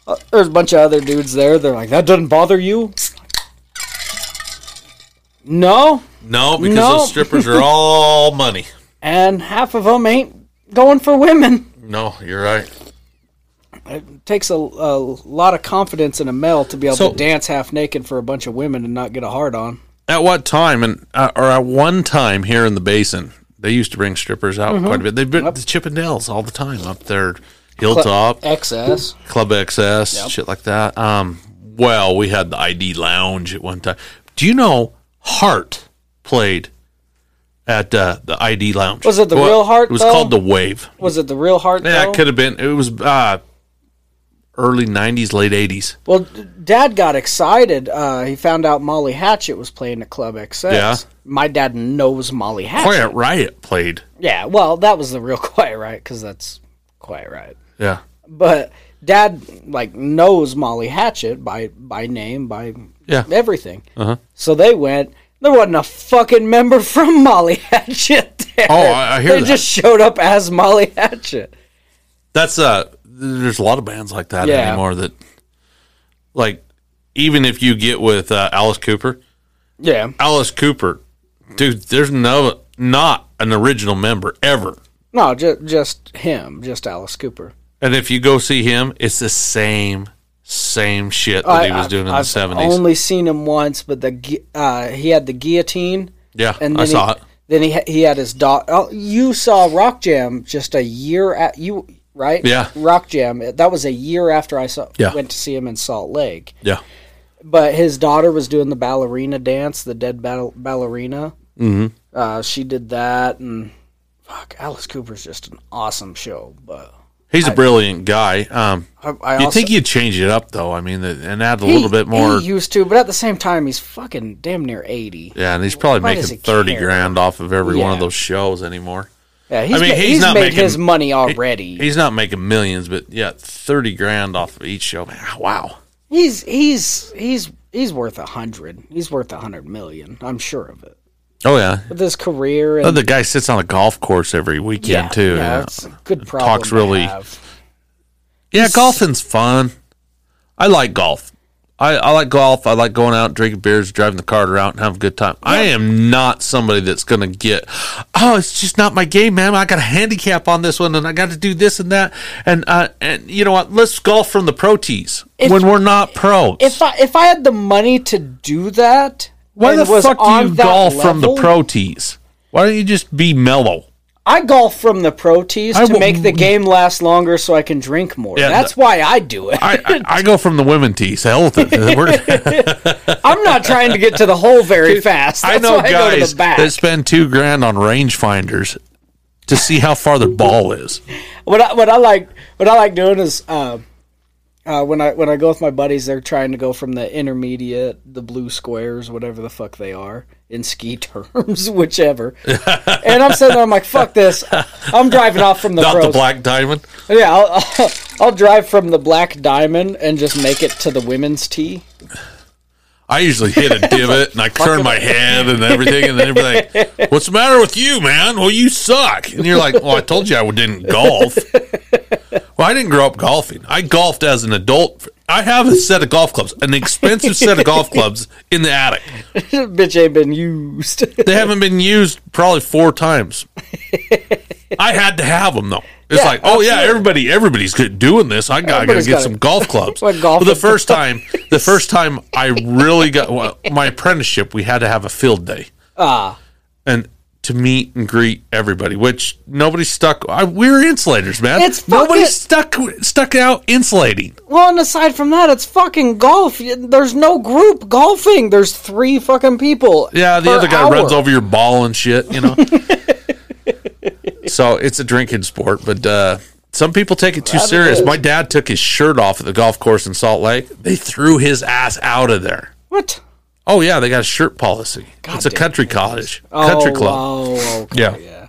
Uh, There's a bunch of other dudes there. They're like, That doesn't bother you? No.
No, because
No.
those strippers are all money.
And half of them ain't going for women.
No, you're right.
It takes a, a lot of confidence in a male to be able
So-
to dance half naked for a bunch of women and not get a hard on.
At what time and uh, or at one time here in the basin, they used to bring strippers out
Mm-hmm.
quite a bit. They've been the Chippendales all the time up there, hilltop,
Excess.
Club XS, shit like that. Um, well, we had the ID Lounge at one time. Do you know Hart played at uh, the ID Lounge?
Was it the
Well,
real Hart,
It was
though?
called the Wave.
Was it the real hard?
Yeah,
though?
it could have been. It was uh, early '90s, late '80s.
Well, d- Dad got excited. Uh, he found out Molly Hatchet was playing at Club XS.
Yeah.
My dad knows Molly Hatchet.
Quiet Riot played.
Yeah, well, that was the real *laughs* Quiet Riot because that's Quiet Riot.
Yeah,
But Dad like knows Molly Hatchet by by name by
Yeah. Uh-huh.
everything. So they went. There wasn't a fucking member *laughs* from Molly Hatchet there.
Oh, I- I hear
They
that.
just showed up as Molly Hatchet.
that's uh. There's a lot of bands like that
Yeah.
anymore. That like, even if you get with uh, Alice Cooper,
Yeah.
Alice Cooper, dude, there's no not an original member ever.
No, just just him, just Alice Cooper.
And if you go see him, it's the same same shit that he was
I've-
doing in
I've
the seventies.
Only seen him once, but the gui- uh, he had the guillotine.
yeah,
and
I
then
saw
he,
it.
Then he ha- he had his dog. Oh, you saw Rock Jam just a year at you right?
Yeah.
Rock Jam. That was a year after I saw
Yeah.
went to see him in Salt Lake.
Yeah,
But his daughter was doing the ballerina dance, the dead ball- ballerina. Mm-hmm. Uh, she did that, and fuck, Alice Cooper's just an awesome show. But
he's a brilliant guy. Um,
I, I
you
also,
think you'd change it up though? I mean, th- and add a
he-
little bit more.
He used to, but at the same time, he's fucking damn near eighty.
yeah, and he's probably
Why does
making
he
thirty
care?
grand off of every one of
Yeah.
those shows anymore.
Yeah, he's,
mean,
ma-
he's
he's,
not
made
making-
his money already.
He's not making millions, but yeah, thirty grand off of each show. Man, wow.
he's he's he's he's worth a hundred. He's worth a hundred million. I'm sure of it.
Oh yeah,
With his career and
the guy sits on a golf course every weekend
yeah,
too.
yeah,
Yeah,
it's a good problem.
Talks
to
really-
have.
Yeah, golfing's fun. I like golf. I, I like golf. I like going out, drinking beers, driving the cart around, and having a good time. I am not somebody that's going to get, oh, it's just not my game, man. I got a handicap on this one, and I got to do this and that. And uh, and you know what? Let's golf from the pro tees when we're not pros.
If I if I had the money to do that,
Why
and
the
was
fuck do
on
you
that
golf from the
level,
pro tees? Why don't you just be mellow?
I golf from the pro tees
I
to
will-
make the game last longer so I can drink more.
Yeah,
That's why I do it.
I, I, I go from the women tees. Hell with
*laughs*
it. We're-
I'm not trying to get to the hole
*laughs*
very fast. That's
I know
why I go to
guys
the back.
that spend two grand on range finders to see how far their ball is.
what I, what I like what I like doing is uh, uh, when I when I go with my buddies, they're trying to go from the intermediate, the blue squares, whatever the fuck they are in ski *laughs* terms, whichever. and I'm sitting there, I'm like, fuck this. I'm driving off from the
Not
pros.
the black diamond.
Yeah, I'll, I'll, *laughs* I'll drive from the black diamond and just make it to the women's tee. *laughs*
I usually hit a divot and I turn my head and everything, and then everything. What's the matter with you, man? Well, you suck. And you're like, well, I told you I didn't golf. Well, I didn't grow up golfing. I golfed as an adult. I have a set of golf clubs, an expensive set of
*laughs*
golf clubs in the attic.
Bitch ain't been used. *laughs*
They haven't been used probably four times. I had to have them though. It's
Yeah,
like, oh yeah, everybody, everybody's good doing this. I got, I got to
Everybody's
get
gotta-
some golf
*laughs*
clubs.
Went golfing.
Well, the first time, the first time I really got well, my apprenticeship, we had to have a field day. Ah, and to meet and greet everybody, which nobody stuck. I, we're insulators, man.
It's fucking-
nobody stuck stuck out insulating.
well, and aside from that, it's fucking golf. Y- There's no group golfing. There's three fucking people.
Yeah, the
per
other guy
hour.
runs over your ball and shit,
*laughs*
you know. so it's a drinking sport, but uh, some people take it too serious.
is.
My dad took his shirt off at the golf course in Salt Lake. They threw his ass out of there.
What?
Oh yeah, they got a shirt policy. it's a
damn
country cottage, country
Oh,
club.
Oh, okay.
Yeah.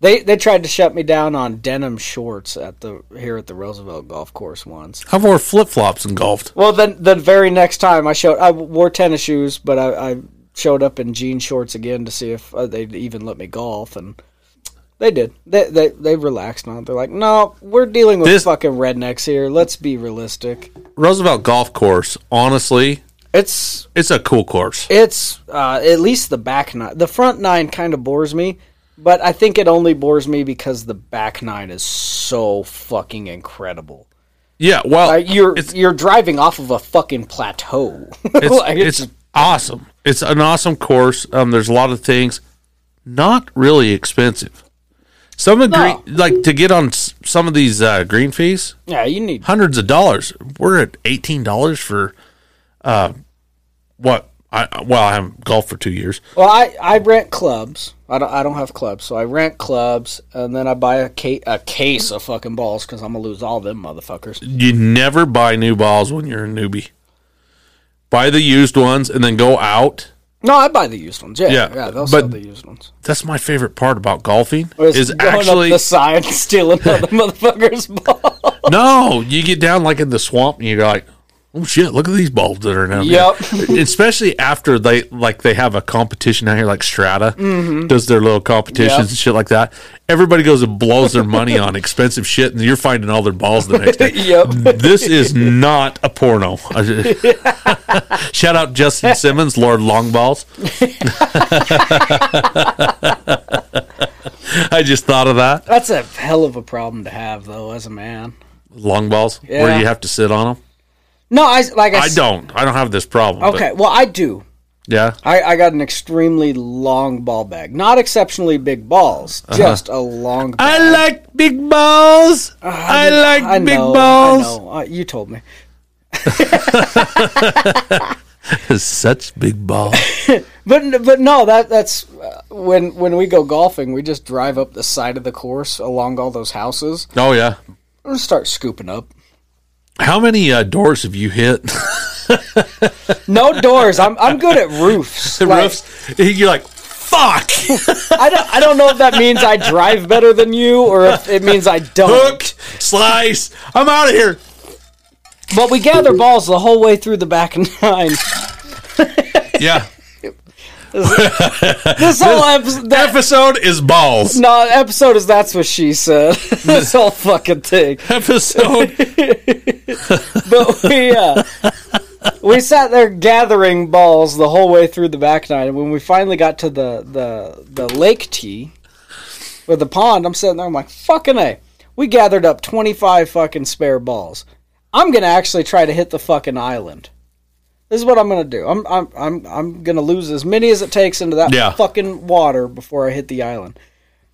They they tried to shut me down on denim shorts at the here at the Roosevelt Golf Course once.
I've wore flip flops and golfed.
Well, then the very next time I showed, I wore tennis shoes, but I, I showed up in jean shorts again to see if uh, they'd even let me golf, and they did. They they they relaxed on. it. They're like, no, we're dealing with
This-
fucking rednecks here. Let's be realistic.
Roosevelt Golf Course, honestly,
It's
it's a cool course.
it's uh, at least the back nine. The front nine kind of bores me, but I think it only bores me because the back nine is so fucking incredible.
Yeah, well,
Like, you're
it's
you're driving off of a fucking plateau. *laughs*
it's,
Like,
it's awesome. It's an awesome course. Um, there's a lot of things, not really expensive. Some of the
No.
green, like to get on s- some of these uh, green fees,
yeah, you need
hundreds of dollars. We're at eighteen dollars for, uh, what? I I- well, I haven't golfed for two years.
Well, I, I rent clubs. I don't, I don't have clubs, so I rent clubs, and then I buy a, ca- a case of fucking balls because I'm gonna lose all them motherfuckers.
You never buy new balls when you're a newbie. Buy the used ones and then go out.
No, I buy the used ones. Yeah,
Yeah,
yeah, they'll
but-
sell the used ones.
That's my favorite part about golfing.
Or it's
Is
going
actually
up the side and *laughs* stealing
*laughs*
other motherfuckers' ball.
No, you get down like in the swamp and you're like, oh shit, look at these bulbs that are now.
Yep.
*laughs* Especially after they like they have a competition out here, like Strata does their little competitions
Mm-hmm. Yep.
and shit like that. Everybody goes and blows their money on expensive shit, and you're finding all their balls the next
*laughs*
day.
Yep.
This is not a
*laughs*
porno. Shout out Justin Simmons, Lord
*laughs*
Longballs. *laughs* I just thought of that.
That's a hell of a problem to have, though, as a man.
Longballs, where
Yeah.
you have to sit on them.
No, I s- like I,
I
s-
don't. I don't have this problem. but-
Okay, well, I do.
Yeah.
I, I got an extremely long ball bag, not exceptionally big balls, just a long. bag.
Uh-huh. I like big balls. I like
Ah, I
big
know,
balls.
I know. Uh, you told me.
Such big balls.
But but no, that that's uh, when when we go golfing, we just drive up the side of the course along all those houses
*laughs* oh yeah.
and start scooping up.
How many uh, doors have you hit? *laughs*
No doors. I'm I'm good at roofs.
the *laughs*
Like,
roofs. You're like,
*laughs*
fuck.
I don't I don't know if that means I drive better than you or if it means I don't.
Hook, slice. I'm out of here.
But we gather balls the whole way through the back *laughs* nine.
Yeah.
This whole episode.
Episode is
*laughs*
balls.
No, episode is that's what she said. *laughs* this whole fucking thing.
Episode.
but we uh, we sat there gathering balls the whole way through the back nine, and when we finally got to the the the lake tee with the pond, I'm sitting there. I'm like, fucking a. We gathered up 25 fucking spare balls. I'm gonna actually try to hit the fucking island. This is what I'm gonna do. I'm I'm I'm I'm gonna lose as many as it takes into that
Yeah.
fucking water before I hit the island.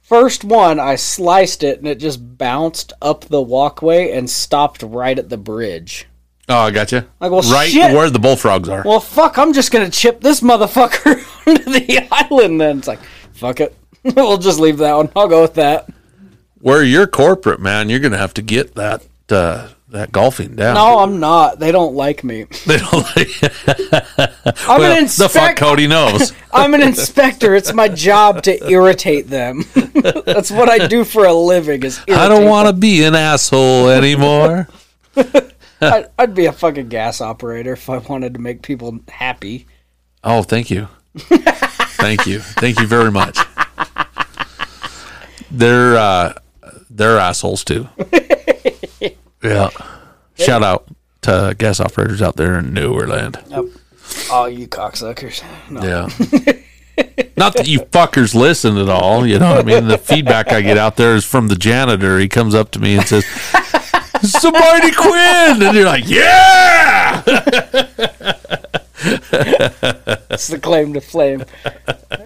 First one, I sliced it and it just bounced up the walkway and stopped right at the bridge.
Oh, I gotcha.
Like, well,
right
shit.
where the bullfrogs are.
Well, fuck, I'm just gonna chip this motherfucker *laughs* onto the island then. It's like, fuck it. *laughs* we'll just leave that one. I'll go with that.
Where you're corporate, man, you're gonna have to get that uh, that golfing down.
No, I'm not. They don't like me.
*laughs* They don't like-
I'm
Well,
an
the fuck
inspector.
Cody knows.
I'm an inspector. It's my
*laughs*
job to irritate them. *laughs* That's what I do for a living. Is irritate
I don't want to be an asshole anymore. *laughs*
I'd, I'd be a fucking gas operator if I wanted to make people happy.
Oh, thank you. thank you. Thank you very much. They're uh, they're assholes too. *laughs* yeah. Shout out to gas operators out there in New Orleans.
Oh, you cocksuckers! No.
Yeah. Not that you fuckers listen at all. You know what I mean? The feedback I get out there is from the janitor. He comes up to me and says, Somebody Quinn. And you're like, Yeah.
That's the claim to flame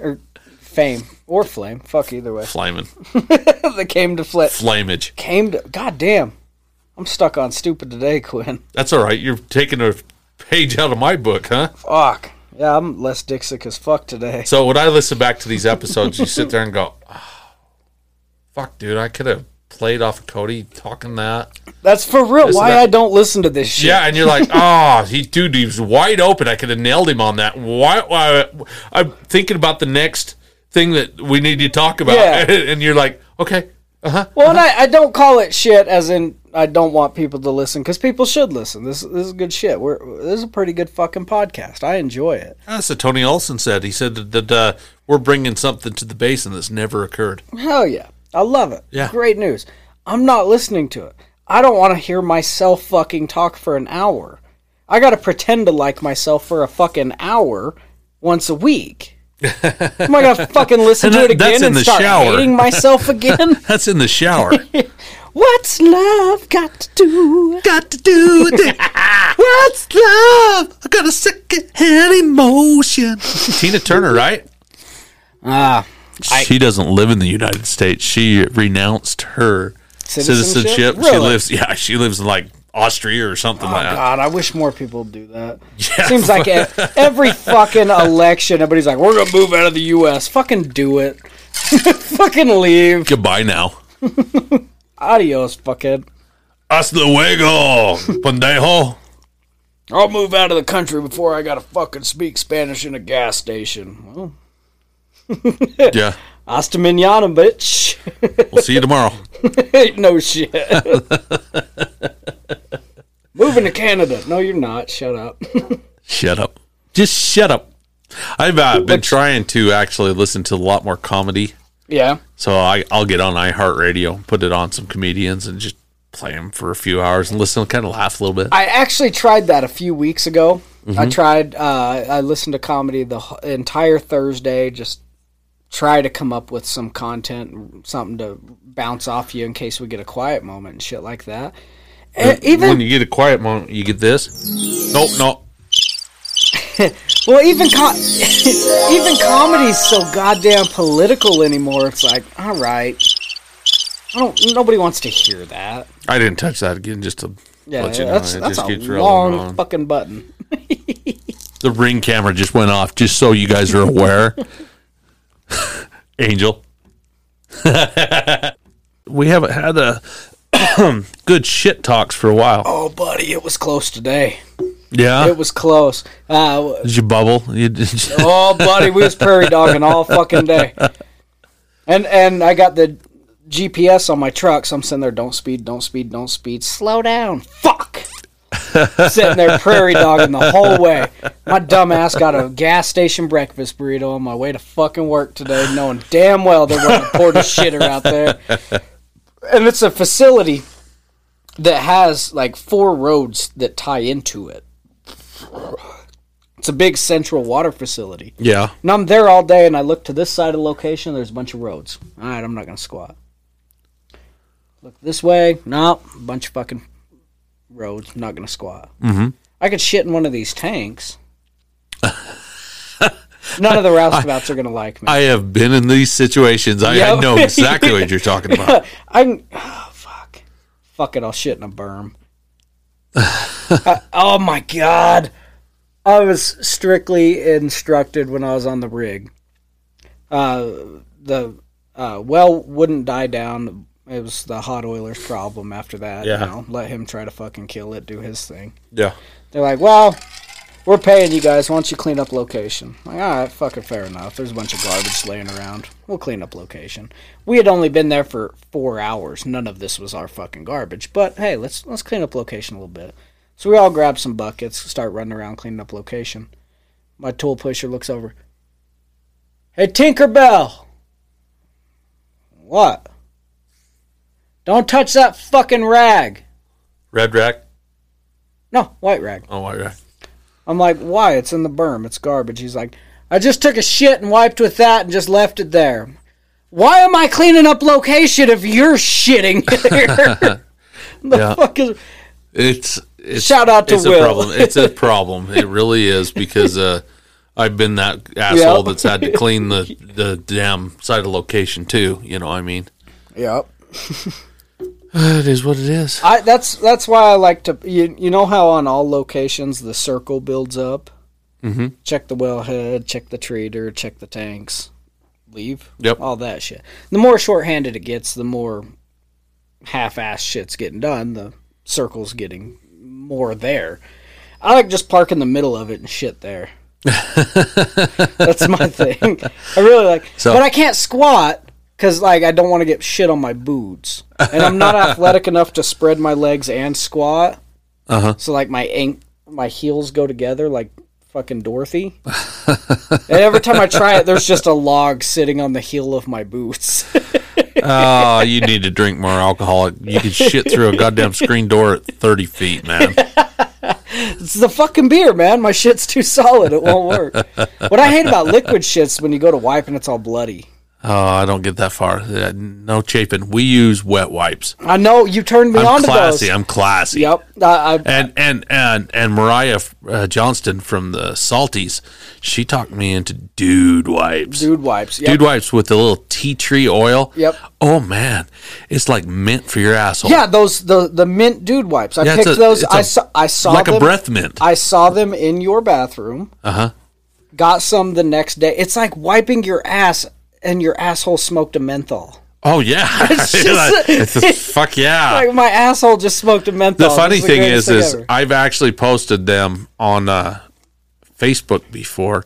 or fame or flame. Fuck either way. *laughs*
Flaming.
the came to flip.
Flamage.
Came to. God damn. I'm stuck on stupid today, *laughs* Quinn.
That's all right. You're taking a page out of my book, huh?
Fuck. Yeah, I'm less Dixick as fuck today.
So when I listen back to these episodes, you sit there and go, oh, Fuck, dude, I could have played off of Cody talking that.
That's for real. Why
that-
I don't listen to this shit.
Yeah, and you're like, oh, he dude, he was wide open. I could have nailed him on that. Why? why I'm thinking about the next thing that we need to talk about,
Yeah.
*laughs* and you're like, okay,
Well, and I, I don't call it shit as in I don't want people to listen because people should listen. This this is good shit. We're this is a pretty good fucking podcast. I enjoy it.
that's what Ah, Tony Olson said. He said that, that uh, we're bringing something to the basin that's never occurred.
Hell yeah, I love it.
Yeah.
great news. I'm not listening to it. I don't want to hear myself fucking talk for an hour. I gotta pretend to like myself for a fucking hour once a
*laughs*
week. Am I gonna fucking
And
listen to it
that- that's
again
in
and
the
start
shower.
hating
*laughs*
myself again?
That's in the shower.
What's love got to do?
Got to do with
*laughs*
it. What's love? I got a secondhand emotion. Tina Turner, right?
Ah,
she doesn't live in the United States. She renounced her
Citizenship?
citizenship. She
Really? Oh,
lives, yeah, she lives in like Austria or something like *laughs* that.
God, I wish more people would do that. Seems
*laughs*
like e- every fucking election, everybody's like, "We're gonna move out of the U.S." Fucking do it. *laughs* fucking leave.
Goodbye now.
Adios, fuckhead.
Hasta luego,
*laughs*
pendejo.
I'll move out of the country before I gotta fucking speak Spanish in a gas station. Well,
Yeah,
hasta mañana, bitch. *laughs*
we'll see you tomorrow.
Ain't no shit. *laughs* Moving to Canada. No, you're not. Shut up. *laughs*
Shut up. Just shut up. I've uh, been trying to actually listen to a lot more comedy.
yeah.
So I, I'll get on iHeartRadio, put it on some comedians, and just play them for a few hours and listen, kind of laugh a little bit.
I actually tried that a few weeks ago. I tried. Uh, I listened to comedy the h- entire Thursday. Just try to come up with some content, something to bounce off you in case we get a quiet moment and shit like that. And even
when you get a quiet moment, you get this. Nope, nope.
well, even co- *laughs* even comedy's so goddamn political anymore. It's like, all right, I don't. Nobody wants to hear that.
I didn't touch that again. Just to
Yeah,
let you know,
that's
it
that's
just
a
keeps rolling
long
on.
fucking button.
the ring camera just went off, just so you guys are aware. *laughs* Angel, *laughs* we haven't had a *coughs* good shit talks for a while.
Oh, buddy, it was close today.
yeah,
It was close. Uh,
did you bubble? You did you-
Oh, buddy, we was prairie dogging all fucking day. And and I got the GPS on my truck, so I'm sitting there, don't speed, don't speed, don't speed, slow down, fuck. sitting there prairie dogging the whole way. My dumb ass got a gas station breakfast burrito on my way to fucking work today, knowing damn well there wasn't a porta shitter out there. And it's a facility that has like four roads that tie into it. It's a big central water facility.
*laughs* yeah,
And I'm there all day, and I look to this side of the location. There's a bunch of roads. All right, I'm not gonna squat. Look this way. Nope, a bunch of fucking roads. not gonna squat. Mm-hmm. I could shit in one of these tanks. *laughs* None of the roustabouts are gonna like me.
I have been in these situations. I, I
Yep.
know exactly what you're
*laughs*
talking about.
I'm *sighs* oh, fuck. Fuck it, I'll shit in a berm. I- oh my god. I was strictly instructed when I was on the rig. Uh, the uh, well wouldn't die down. It was the hot oiler's problem after that.
Yeah.
You know, let him try to fucking kill it, do his thing.
Yeah.
They're like, well, we're paying you guys. Why don't you clean up location? Like, all right, fucking fair enough. There's a bunch of garbage laying around. We'll clean up location. We had only been there for four hours. None of this was our fucking garbage. But hey, let's let's clean up location a little bit. So we all grab some buckets, start running around cleaning up location. My tool pusher looks over. Hey, Tinkerbell. What? Don't touch that fucking rag.
Red rack.
No, white rag.
Oh, white rack.
I'm like, why? It's in the berm. It's garbage. He's like, I just took a shit and wiped with that and just left it there. Why am I cleaning up location if you're shitting there? *laughs* the
Yeah.
fuck is?
It's, it's
Shout out to
it's A
Will.
problem. It's
*laughs*
a problem. It really is because uh, I've been that asshole
Yeah.
that's had to clean the
*laughs*
the damn side of location too. You know, what I mean,
Yep.
Uh, it is what it is.
I that's that's why I like to you you know how on all locations the circle builds up. Mm-hmm. Check the wellhead. Check the treater. Check the tanks. Leave.
Yep.
All that shit. The more shorthanded it gets, the more half-ass shit's getting done. The circle's getting more there. I like just park in the middle of it and shit there. That's my thing. I really like,
So-
but I can't squat because like I don't want to get shit on my boots, and I'm not athletic enough to spread my legs and squat. Uh huh. So like my ank- my heels go together like fucking Dorothy. and every time I try it, there's just a log sitting on the heel of my boots. *laughs*
Oh, you need to drink more alcohol. You can shit through a goddamn screen door at thirty feet, man.
It's the fucking beer, man. My shit's too solid. It won't work. what I hate about liquid shits when you go to wipe and it's all bloody.
Oh, I don't get that far. Uh, No chafing. We use wet wipes.
I know you turned me on
I'm
to those.
classy. I'm classy.
Yep. I, I,
and and and and Mariah uh, Johnston from the Salties, she talked me into dude wipes. Dude,
dude wipes. Yep.
wipes with the little tea tree oil.
Yep.
Oh man, it's like mint for your asshole.
Yeah, those the the mint dude wipes. I
Yeah, it's
picked
a-
those.
it's a-
I saw I saw
like
them.
a breath mint. Uh-huh.
I saw them in your bathroom. Uh huh. Got some the next day. It's like wiping your ass and your asshole smoked a menthol.
oh
*laughs*
yeah, *laughs* it's,
just-
a- fuck yeah.
Like oh, my asshole just smoked a menthol.
Ah. the funny
It's
thing is,
greatest
is
ever.
I've actually posted them on uh, Facebook before,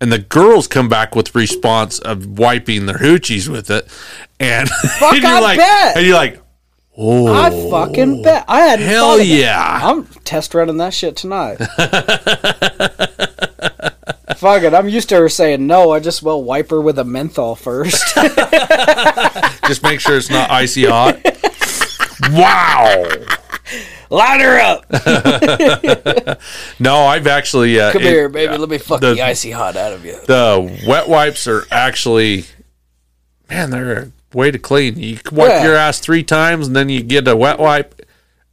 and the girls come back with response of wiping their hoochies with it, and, *laughs* and
I
like,
bet.
and you're like, oh,
I fucking bet. I hadn't
Hell
thought of that.
yeah.
I'm test running that shit tonight. Fuck it. I'm used to her saying no. I just well wipe her with a menthol *laughs* first.
Just make sure it's not icy hot. wow.
Line her up.
No, I've actually uh,
Come
it-
here, baby. Let me fuck
the-
the, icy hot out of you.
the wet wipes are actually man, they're a way to clean. You wipe
Yeah.
your ass three times and then you get a wet wipe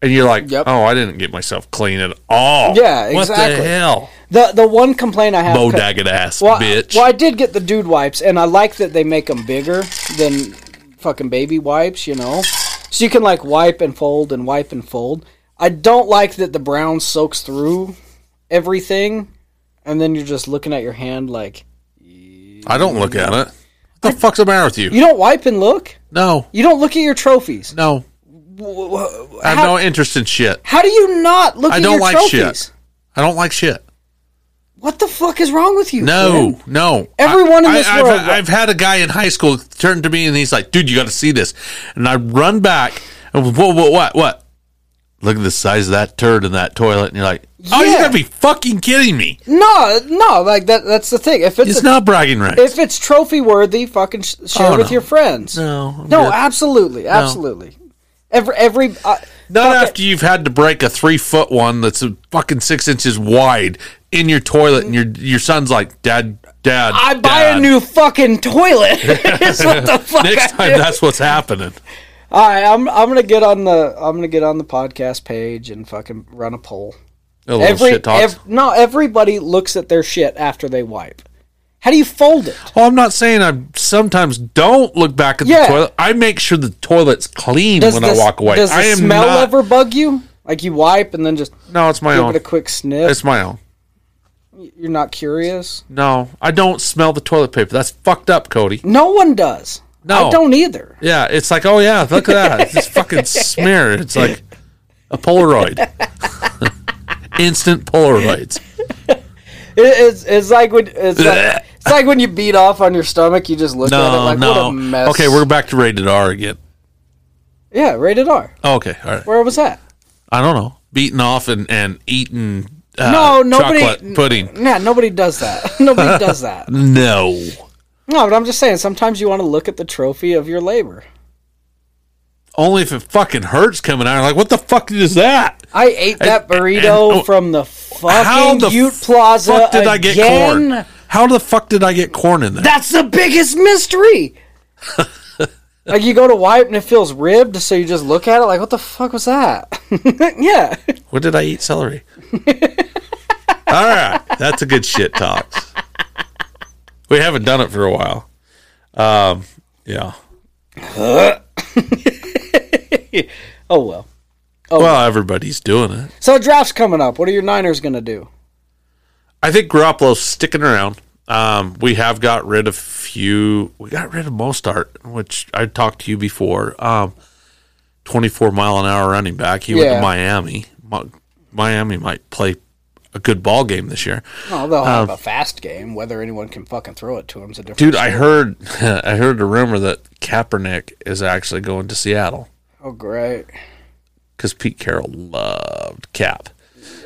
and you're like,
Yep.
Oh, I didn't get myself clean at all.
Yeah,
What the
exactly.
hell?
The the one complaint I have.
Bodaggot ass
well,
bitch.
Well, I did get the dude wipes, and I like that they make them bigger than fucking baby wipes. You know, so you can like wipe and fold and wipe and fold. I don't like that the brown soaks through everything, and then you're just looking at your hand like
I don't look at it. What the fuck's the matter with you?
you don't wipe and look.
no.
You don't look at your trophies.
No. I have
How-
no interest in shit.
How do you not look
I
at
don't
your
like
trophies?
shit. I don't like shit.
What the fuck is wrong with you?
No,
Quinn?
no.
Everyone in this
I've,
world-
I've had a guy in high school turn to me and he's like, "Dude, you got to see this." And I run back and whoa, whoa, what, what? Look at the size of that turd in that toilet, and you're like, "Oh, you
Yeah.
gotta be fucking kidding me!"
no, no. Like that. That's the thing. If it's
It's
a
not bragging rights.
if it's trophy worthy, fucking sh- share
Oh,
with
no.
your friends.
No, I'm
no,
good.
absolutely, absolutely. Every every uh,
not
fuck
after you've had to break a three foot one that's a fucking six inches wide in your toilet, and your your son's like, "Dad, Dad,
I buy a
Dad."
new fucking toilet. *laughs* It's what the
*laughs*
fuck.
Next
I
time,
do.
that's what's happening.
All right, I'm I'm gonna get on the I'm gonna get on the podcast page and fucking run a poll.
A little shit talks.
ev- no, everybody looks at their shit after they wipe. How do you fold it?
Oh, I'm not saying I sometimes don't look back at
Yeah.
the toilet. I make sure the toilet's clean
Does
when
the,
I walk away.
Does the
I am
smell
not.
ever bug you? Like you wipe and then just
no, it's my
give it a
own.
quick sniff.
It's my own.
You're not curious.
No, I don't smell the toilet paper. That's fucked up, Cody.
No one does.
No.
I don't either.
Yeah, it's like, oh yeah, look at that. It's just fucking smear. It's like a Polaroid. *laughs* Instant Polaroids.
It, it's, it's like when it's like, it's like when you beat off on your stomach. You just look at it
No,
like what a
no.
mess.
Okay, we're back to rated R again.
yeah rated R.
Okay, all right.
Where was that?
I don't know. Beating off and, and eating uh,
No, nobody-
chocolate pudding.
Nah, nobody does that. *laughs* nobody
*laughs*
does that.
No.
No, but I'm just saying. Sometimes you want to look at the trophy of your labor.
Only if it fucking hurts coming out. Like, what the fuck is that?
I ate that burrito
and- oh,
from the
How
fucking
the
Ute
f-
Plaza
fuck did I get
again.
corn? How the fuck did I get corn in there?
That's the
*laughs*
biggest mystery. like you go to wipe and it feels ribbed, so you just look at it like, "What the fuck was that?" *laughs* yeah,
What did I eat? Celery. *laughs* All right, that's a good shit talks. We haven't done it for a while. Um, yeah.
Oh well.
Well, everybody's doing it.
So draft's coming up. What are your Niners gonna do?
I think Garoppolo's sticking around. Um, we have got rid of few. We got rid of Mostart, which I talked to you before. Um, Twenty-four mile an hour running back. He went
Yeah.
to Miami. Mi- Miami might play a good ball game this year.
Oh, they'll have a fast game. Whether anyone can fucking throw it to him's a different.
Um, Dude, I heard *laughs* I heard a rumor that Kaepernick is actually going to Seattle
Oh great.
because Pete Carroll loved Cap.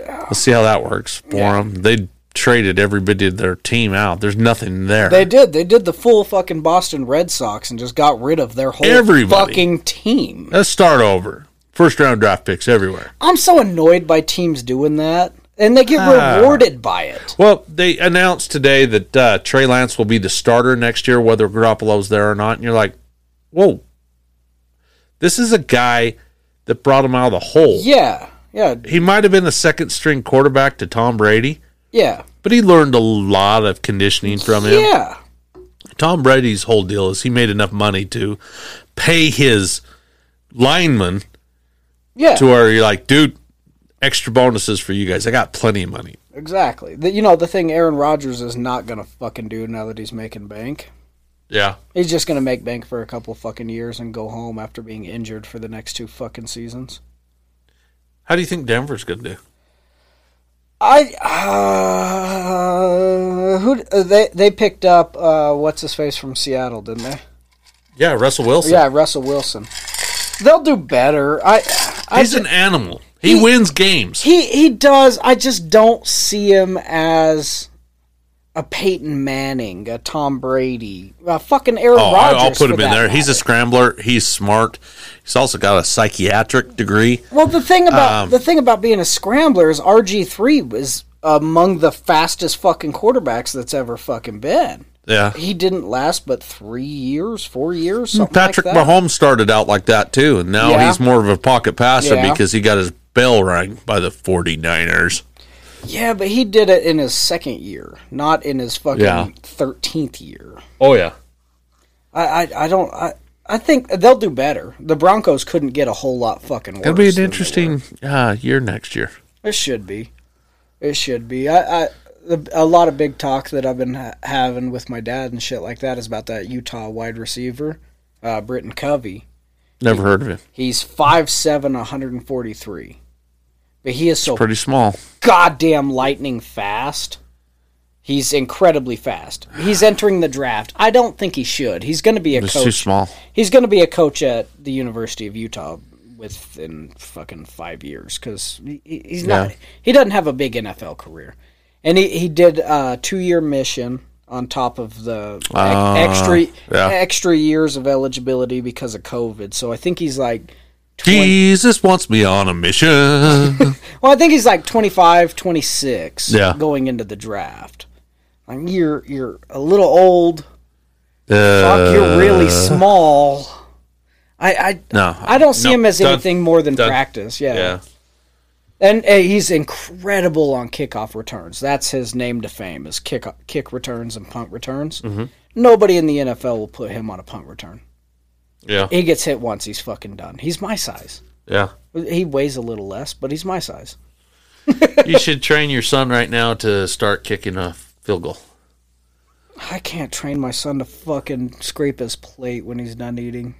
Let's see how that works for him. They traded every bit of their team out. There's nothing there.
They did. They did the full fucking Boston Red Sox and just got rid of their whole
Everybody.
fucking team.
Let's start over. First round draft picks everywhere.
I'm so annoyed by teams doing that, and they get
Ah.
rewarded by it.
Well, they announced today that uh, Trey Lance will be the starter next year, whether Garoppolo's there or not. And you're like, whoa, this is a guy that brought him out of the hole.
Yeah, yeah,
He might have been the second string quarterback to Tom Brady.
yeah,
but he learned a lot of conditioning from him.
yeah.
Tom Brady's whole deal is he made enough money to pay his linemen
Yeah,
to where you're like, dude, extra bonuses for you guys. I got plenty of money.
exactly. The, you know the thing Aaron Rodgers is not gonna fucking do now that he's making bank.
Yeah.
He's just gonna make bank for a couple fucking years and go home after being injured for the next two fucking seasons.
How do you think Denver's going to do?
I uh, who uh, they they picked up uh, what's his face from Seattle, didn't they?
Yeah, Russell Wilson.
Yeah, Russell Wilson. They'll do better. I I
He's an animal. He, wins games.
He he does. I just don't see him as a Peyton Manning, a Tom Brady, a fucking Aaron
Oh, I,
Rodgers.
I'll put
for
him in
that
there. He's a
matter.
scrambler. He's smart. He's also got a psychiatric degree.
well. The thing
Um,
about the thing about being a scrambler is RG three was among the fastest fucking quarterbacks that's ever fucking been.
Yeah.
He didn't last but three years, four years, something
Patrick
like that.
Mahomes started out like that too, and now
Yeah.
he's more of a pocket passer
Yeah.
because he got his bell rang by the 49ers.
Yeah, but he did it in his second year, not in his
Yeah.
fucking thirteenth year.
Oh yeah.
I, I, I don't. I, I think they'll do better. The Broncos couldn't get a whole lot fucking worse.
It'll be an
than
interesting uh, year next year.
they- It should be. It should be. I, I the, a lot of big talk that I've been ha- having with my dad and shit like that is about that Utah wide receiver, uh, Britton Covey.
Never heard of him.
He's 5'7", 143. But he is so
Pretty small.
goddamn lightning fast. He's incredibly fast. He's entering the draft. I don't think he should. He's going to be a
It's
coach.
too small.
He's going to be a coach at the University of Utah within fucking five years because he's not.
Yeah.
He doesn't have a big NFL career, and he he did a two year mission on top of the ex- extra
Ah, yeah.
extra years of eligibility because of COVID. So I think he's like. 20,
Jesus wants me on a mission.
well, I think he's like 25, 26
Yeah.
going into the draft. Like you're you're a little old.
Uh,
*laughs* Fuck, you're really small. I I
no,
I don't see
Uh, No.
him as
Done.
anything more than
Done.
practice. Yeah.
Yeah.
And uh, he's incredible on kickoff returns. That's his name to fame is kick kick returns and punt returns.
Mm-hmm.
Nobody in the NFL will put him on a punt return.
Yeah.
He gets hit once, he's fucking done. He's my size.
Yeah.
He weighs a little less, but he's my size.
you should train your son right now to start kicking a field goal.
I can't train my son to fucking scrape his plate when he's done eating.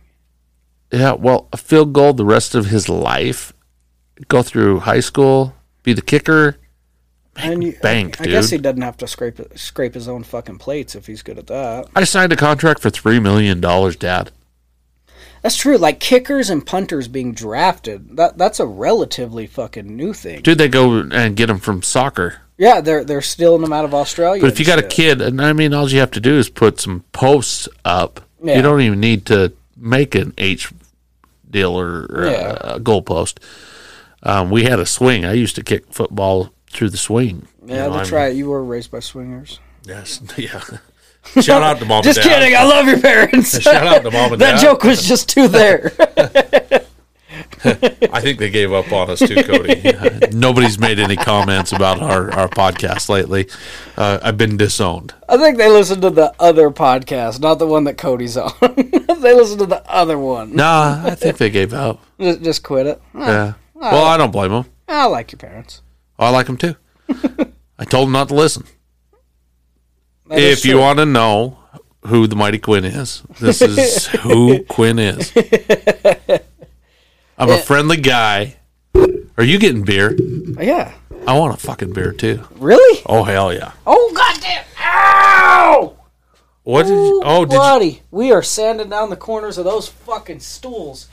Yeah, well, a field goal the rest of his life, go through high school, be the kicker.
and you,
bank,
I, I guess he
dude.
doesn't have to scrape scrape his own fucking plates if he's good at that.
I signed a contract for three million dollars, Dad.
That's true. Like kickers and punters being drafted, that that's a relatively fucking new thing.
Dude, they go and get him from soccer.
Yeah, they're they're stealing them out of Australia.
But if you
and
got a
shit.
kid, and I mean, all you have to do is put some posts up.
Yeah.
You don't even need to make an H deal or, or
Yeah.
a goalpost. Um, we had a swing. I used to kick football through the swing. You
yeah,
know,
that's
I'm-
right. You were raised by swingers.
Yes, *laughs* yeah. Shout out
*laughs*
to mom. and
Just
Dad.
kidding. I love your parents.
*laughs* Shout out to mom and
*laughs* that
dad.
joke was just too there. *laughs*
I think they gave up on us too, Cody.
*laughs*
*laughs* Nobody's made any comments about our, our podcast lately. Uh, I've been disowned.
I think they listened to the other podcast, not the one that Cody's on. *laughs* they listened to the other one.
Nah, I think they gave up.
Just, just quit it. Ah,
Yeah. Well, I don't blame them.
I like your parents.
I like them
*laughs*
too. I told them not to listen.
That is
if you
true.
want to know who the mighty Quinn is, this
*laughs*
is who Quinn is. I'm a friendly guy. Are you getting beer?
yeah,
I want a fucking beer too.
really?
Oh hell yeah!
Oh goddamn! Ow!
What did you? Oh did you?
Bloody, we are sanding down the corners of those fucking stools.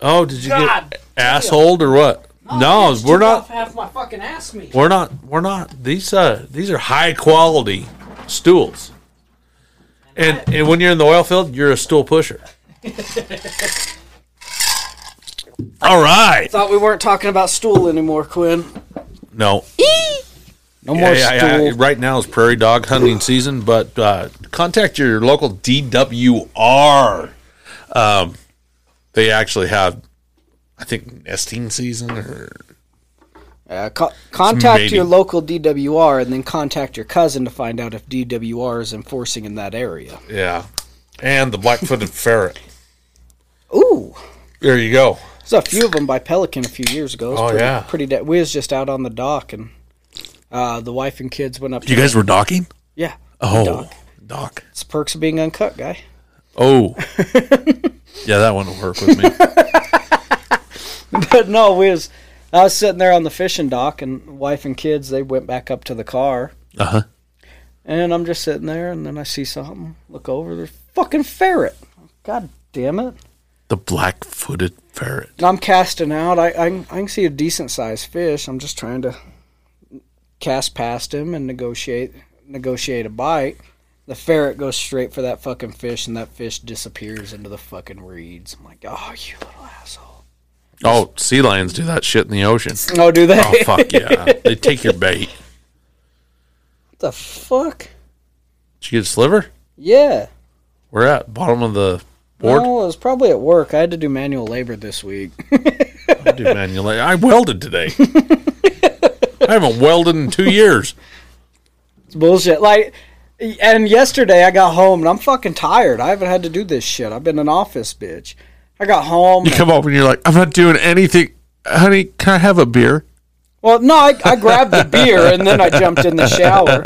Oh did you
God
get assholed or what? No,
Just
Oh, we're
took
not.
off half my fucking ass meat.
We're not. We're not. These uh, these are high quality stools. And and when you're in the oil field, you're a stool
*laughs*
pusher. All right.
Thought we weren't talking about stool anymore, Quinn.
No.
No more
Yeah, yeah, yeah.
stool.
Right now is prairie dog hunting season, but uh, contact your local DWR. Um, they actually have, I think, nesting season or
Uh, co- contact
Maybe.
your local DWR and then contact your cousin to find out if DWR is enforcing in that area.
yeah, and the black-footed *laughs* ferret.
Ooh,
There you go.
there's a few of them by Pelican a few years ago. It was
Oh,
pretty,
yeah.
pretty. De- we was just out on the dock and uh, the wife and kids went up.
You
to-
guys were docking.
yeah.
Oh,
dock.
doc.
It's perks of being uncut, guy. *laughs*
Oh. *laughs* yeah, that one will work with *laughs* me.
but no, we was I was sitting there on the fishing dock, and wife and kids they went back up to the car,
Uh huh.
and I'm just sitting there, and then I see something, look over, there's a fucking ferret. God damn it!
The black footed ferret.
And I'm casting out. I I, can- I can see a decent sized fish. I'm just trying to cast past him and negotiate negotiate a bite. The ferret goes straight for that fucking fish, and that fish disappears into the fucking reeds. I'm like, oh, you little asshole!
Oh, sea lions do that shit in the ocean.
Oh, do they?
Oh, fuck yeah. They take your bait.
What *laughs* the fuck?
Did you get a sliver?
Yeah.
We're at bottom of the board.
No, it was probably at work. I had to do manual labor this week.
I do manual labor. I welded today. I haven't welded in two years.
it's bullshit. Like, and yesterday I got home and I'm fucking tired. I haven't had to do this shit. I've been an office bitch. I got home.
You come up and you're like, I'm not doing anything. Honey, can I have a beer?
Well, no, I, I
*laughs*
grabbed the beer and then I jumped in the shower.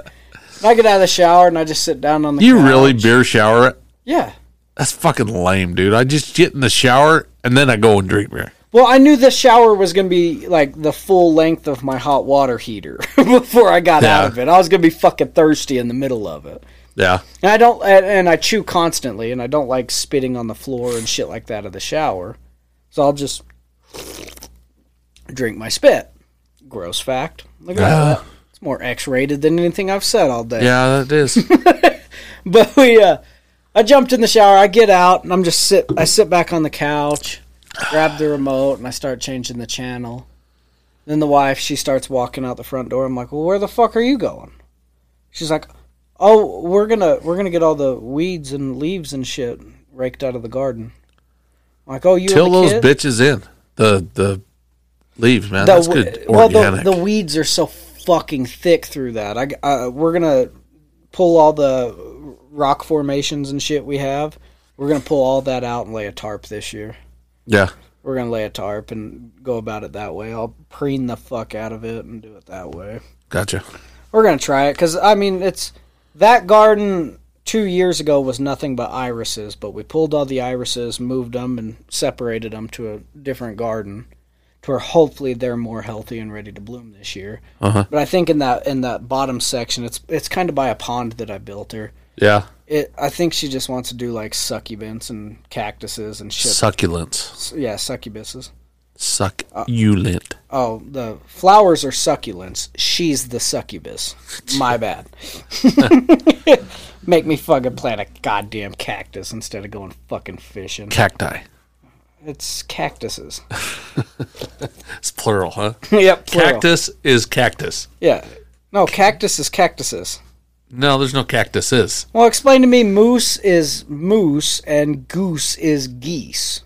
And I get out of the shower and I just sit down on the.
You
couch.
really beer shower it?
Yeah.
That's fucking lame, dude. I just get in the shower and then I go and drink beer.
Well, I knew the shower was gonna be like the full length of my hot water heater *laughs* before I got
Yeah.
out of it. I was gonna be fucking thirsty in the middle of it.
Yeah.
And I don't, and, and I chew constantly, and I don't like spitting on the floor and shit like that of the shower. So I'll just drink my spit. Gross fact. Look at
Uh-huh.
that. It's more X-rated than anything I've said all
*laughs*
day.
Yeah, that is.
*laughs* But we, uh, I jumped in the shower. I get out, and I'm just sit. I sit back on the couch, grab the remote, and I start changing the channel. Then the wife, she starts walking out the front door. I'm like, "Well, where the fuck are you going?" She's like, "Oh, we're gonna we're gonna get all the weeds and leaves and shit raked out of the garden." I'm like, "Oh, you
Till
and the
those
kid?"
bitches in. The the leaves, man.
The
That's
w-
good
well,
organic.
The, the weeds are so fucking thick through that. I, I we're gonna pull all the rock formations and shit we have. We're gonna pull all that out and lay a tarp this year.
yeah,
We're gonna lay a tarp and go about it that way. I'll preen the fuck out of it and do it that way.
gotcha.
We're gonna try it because I mean it's that garden two years ago was nothing but irises, but we pulled all the irises, moved them, and separated them to a different garden, to where hopefully they're more healthy and ready to bloom this year.
Uh-huh.
But I think in that in that bottom section, it's it's kind of by a pond that I built her.
Yeah,
It I think she just wants to do like succubents and cactuses and shit.
succulents,
yeah, succubuses.
succulent.
Oh, the flowers are succulents. She's the succubus. My bad. *laughs* Make me fucking plant a goddamn cactus instead of going fucking fishing.
Cacti.
It's cactuses. *laughs*
It's plural, huh?
yep, plural.
Cactus is cactus.
Yeah. No, cactus is cactuses.
No, there's no cactuses.
Well, explain to me moose is moose and goose is geese.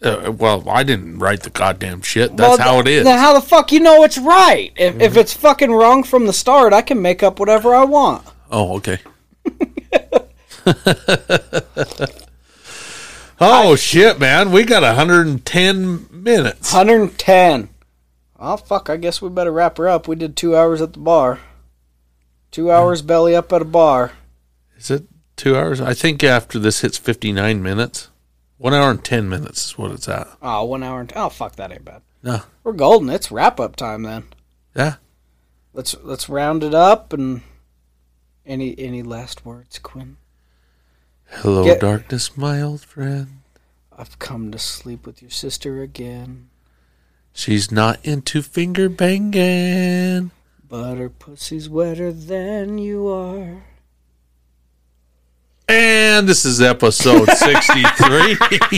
Uh, well, I didn't write the goddamn shit. That's
Well,
how it is. Mm-hmm.
Then how the fuck you know it's right? If, if it's fucking wrong from the start, I can make up whatever I want.
Oh, okay. *laughs* oh shit, man! We got 110 minutes.
110. Oh, fuck. I guess we better wrap her up. We did two hours at the bar. Two hours belly up at a bar.
Is it two hours? I think after this hits 59 minutes, one hour and 10 minutes is what it's at.
Oh, one hour and. Oh, fuck. That ain't bad.
No,
We're golden. It's wrap up time then.
yeah.
Let's let's round it up and any any last words, Quinn?
Hello,
Get-
darkness, my old friend.
I've come to sleep with your sister again,
She's not into finger banging.
but her pussy's wetter than
*laughs*
you are.
And this is episode 63. *laughs*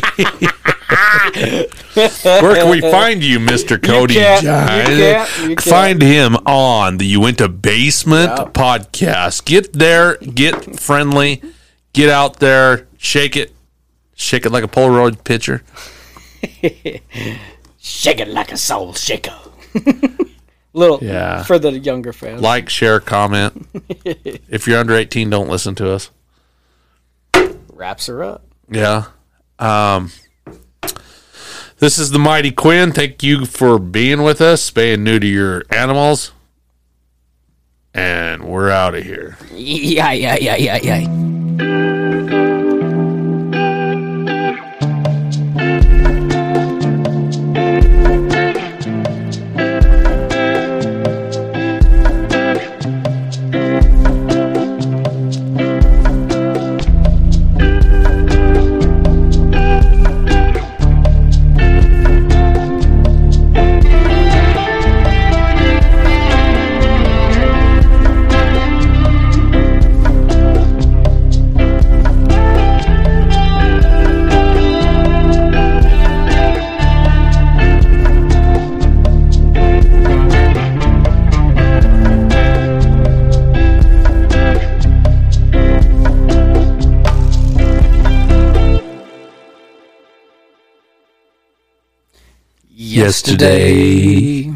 Where can
*laughs*
we find you, Mr. Cody?
can't, you
Giles?
can't, you can't.
Find him on the You Went to Basement podcast. Get there, get friendly, get out there, shake it, shake it like a Polaroid picture.
Shake it like a soul shaker. *laughs* Little
Yeah.
for the younger fans.
Like, share,
*laughs*
comment. if you're under 18, don't listen to us.
Wraps her up.
Yeah. Um, this is the Mighty Quinn. Thank you for being with us. Spay and new to your animals. And we're out of here.
Yeah, yeah, yeah, yeah, yeah. Yesterday,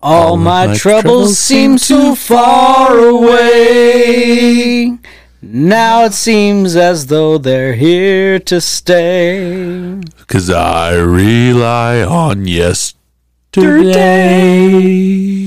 all my troubles seem so far away. Now it seems as though they're here to stay.
Because I rely on yesterday.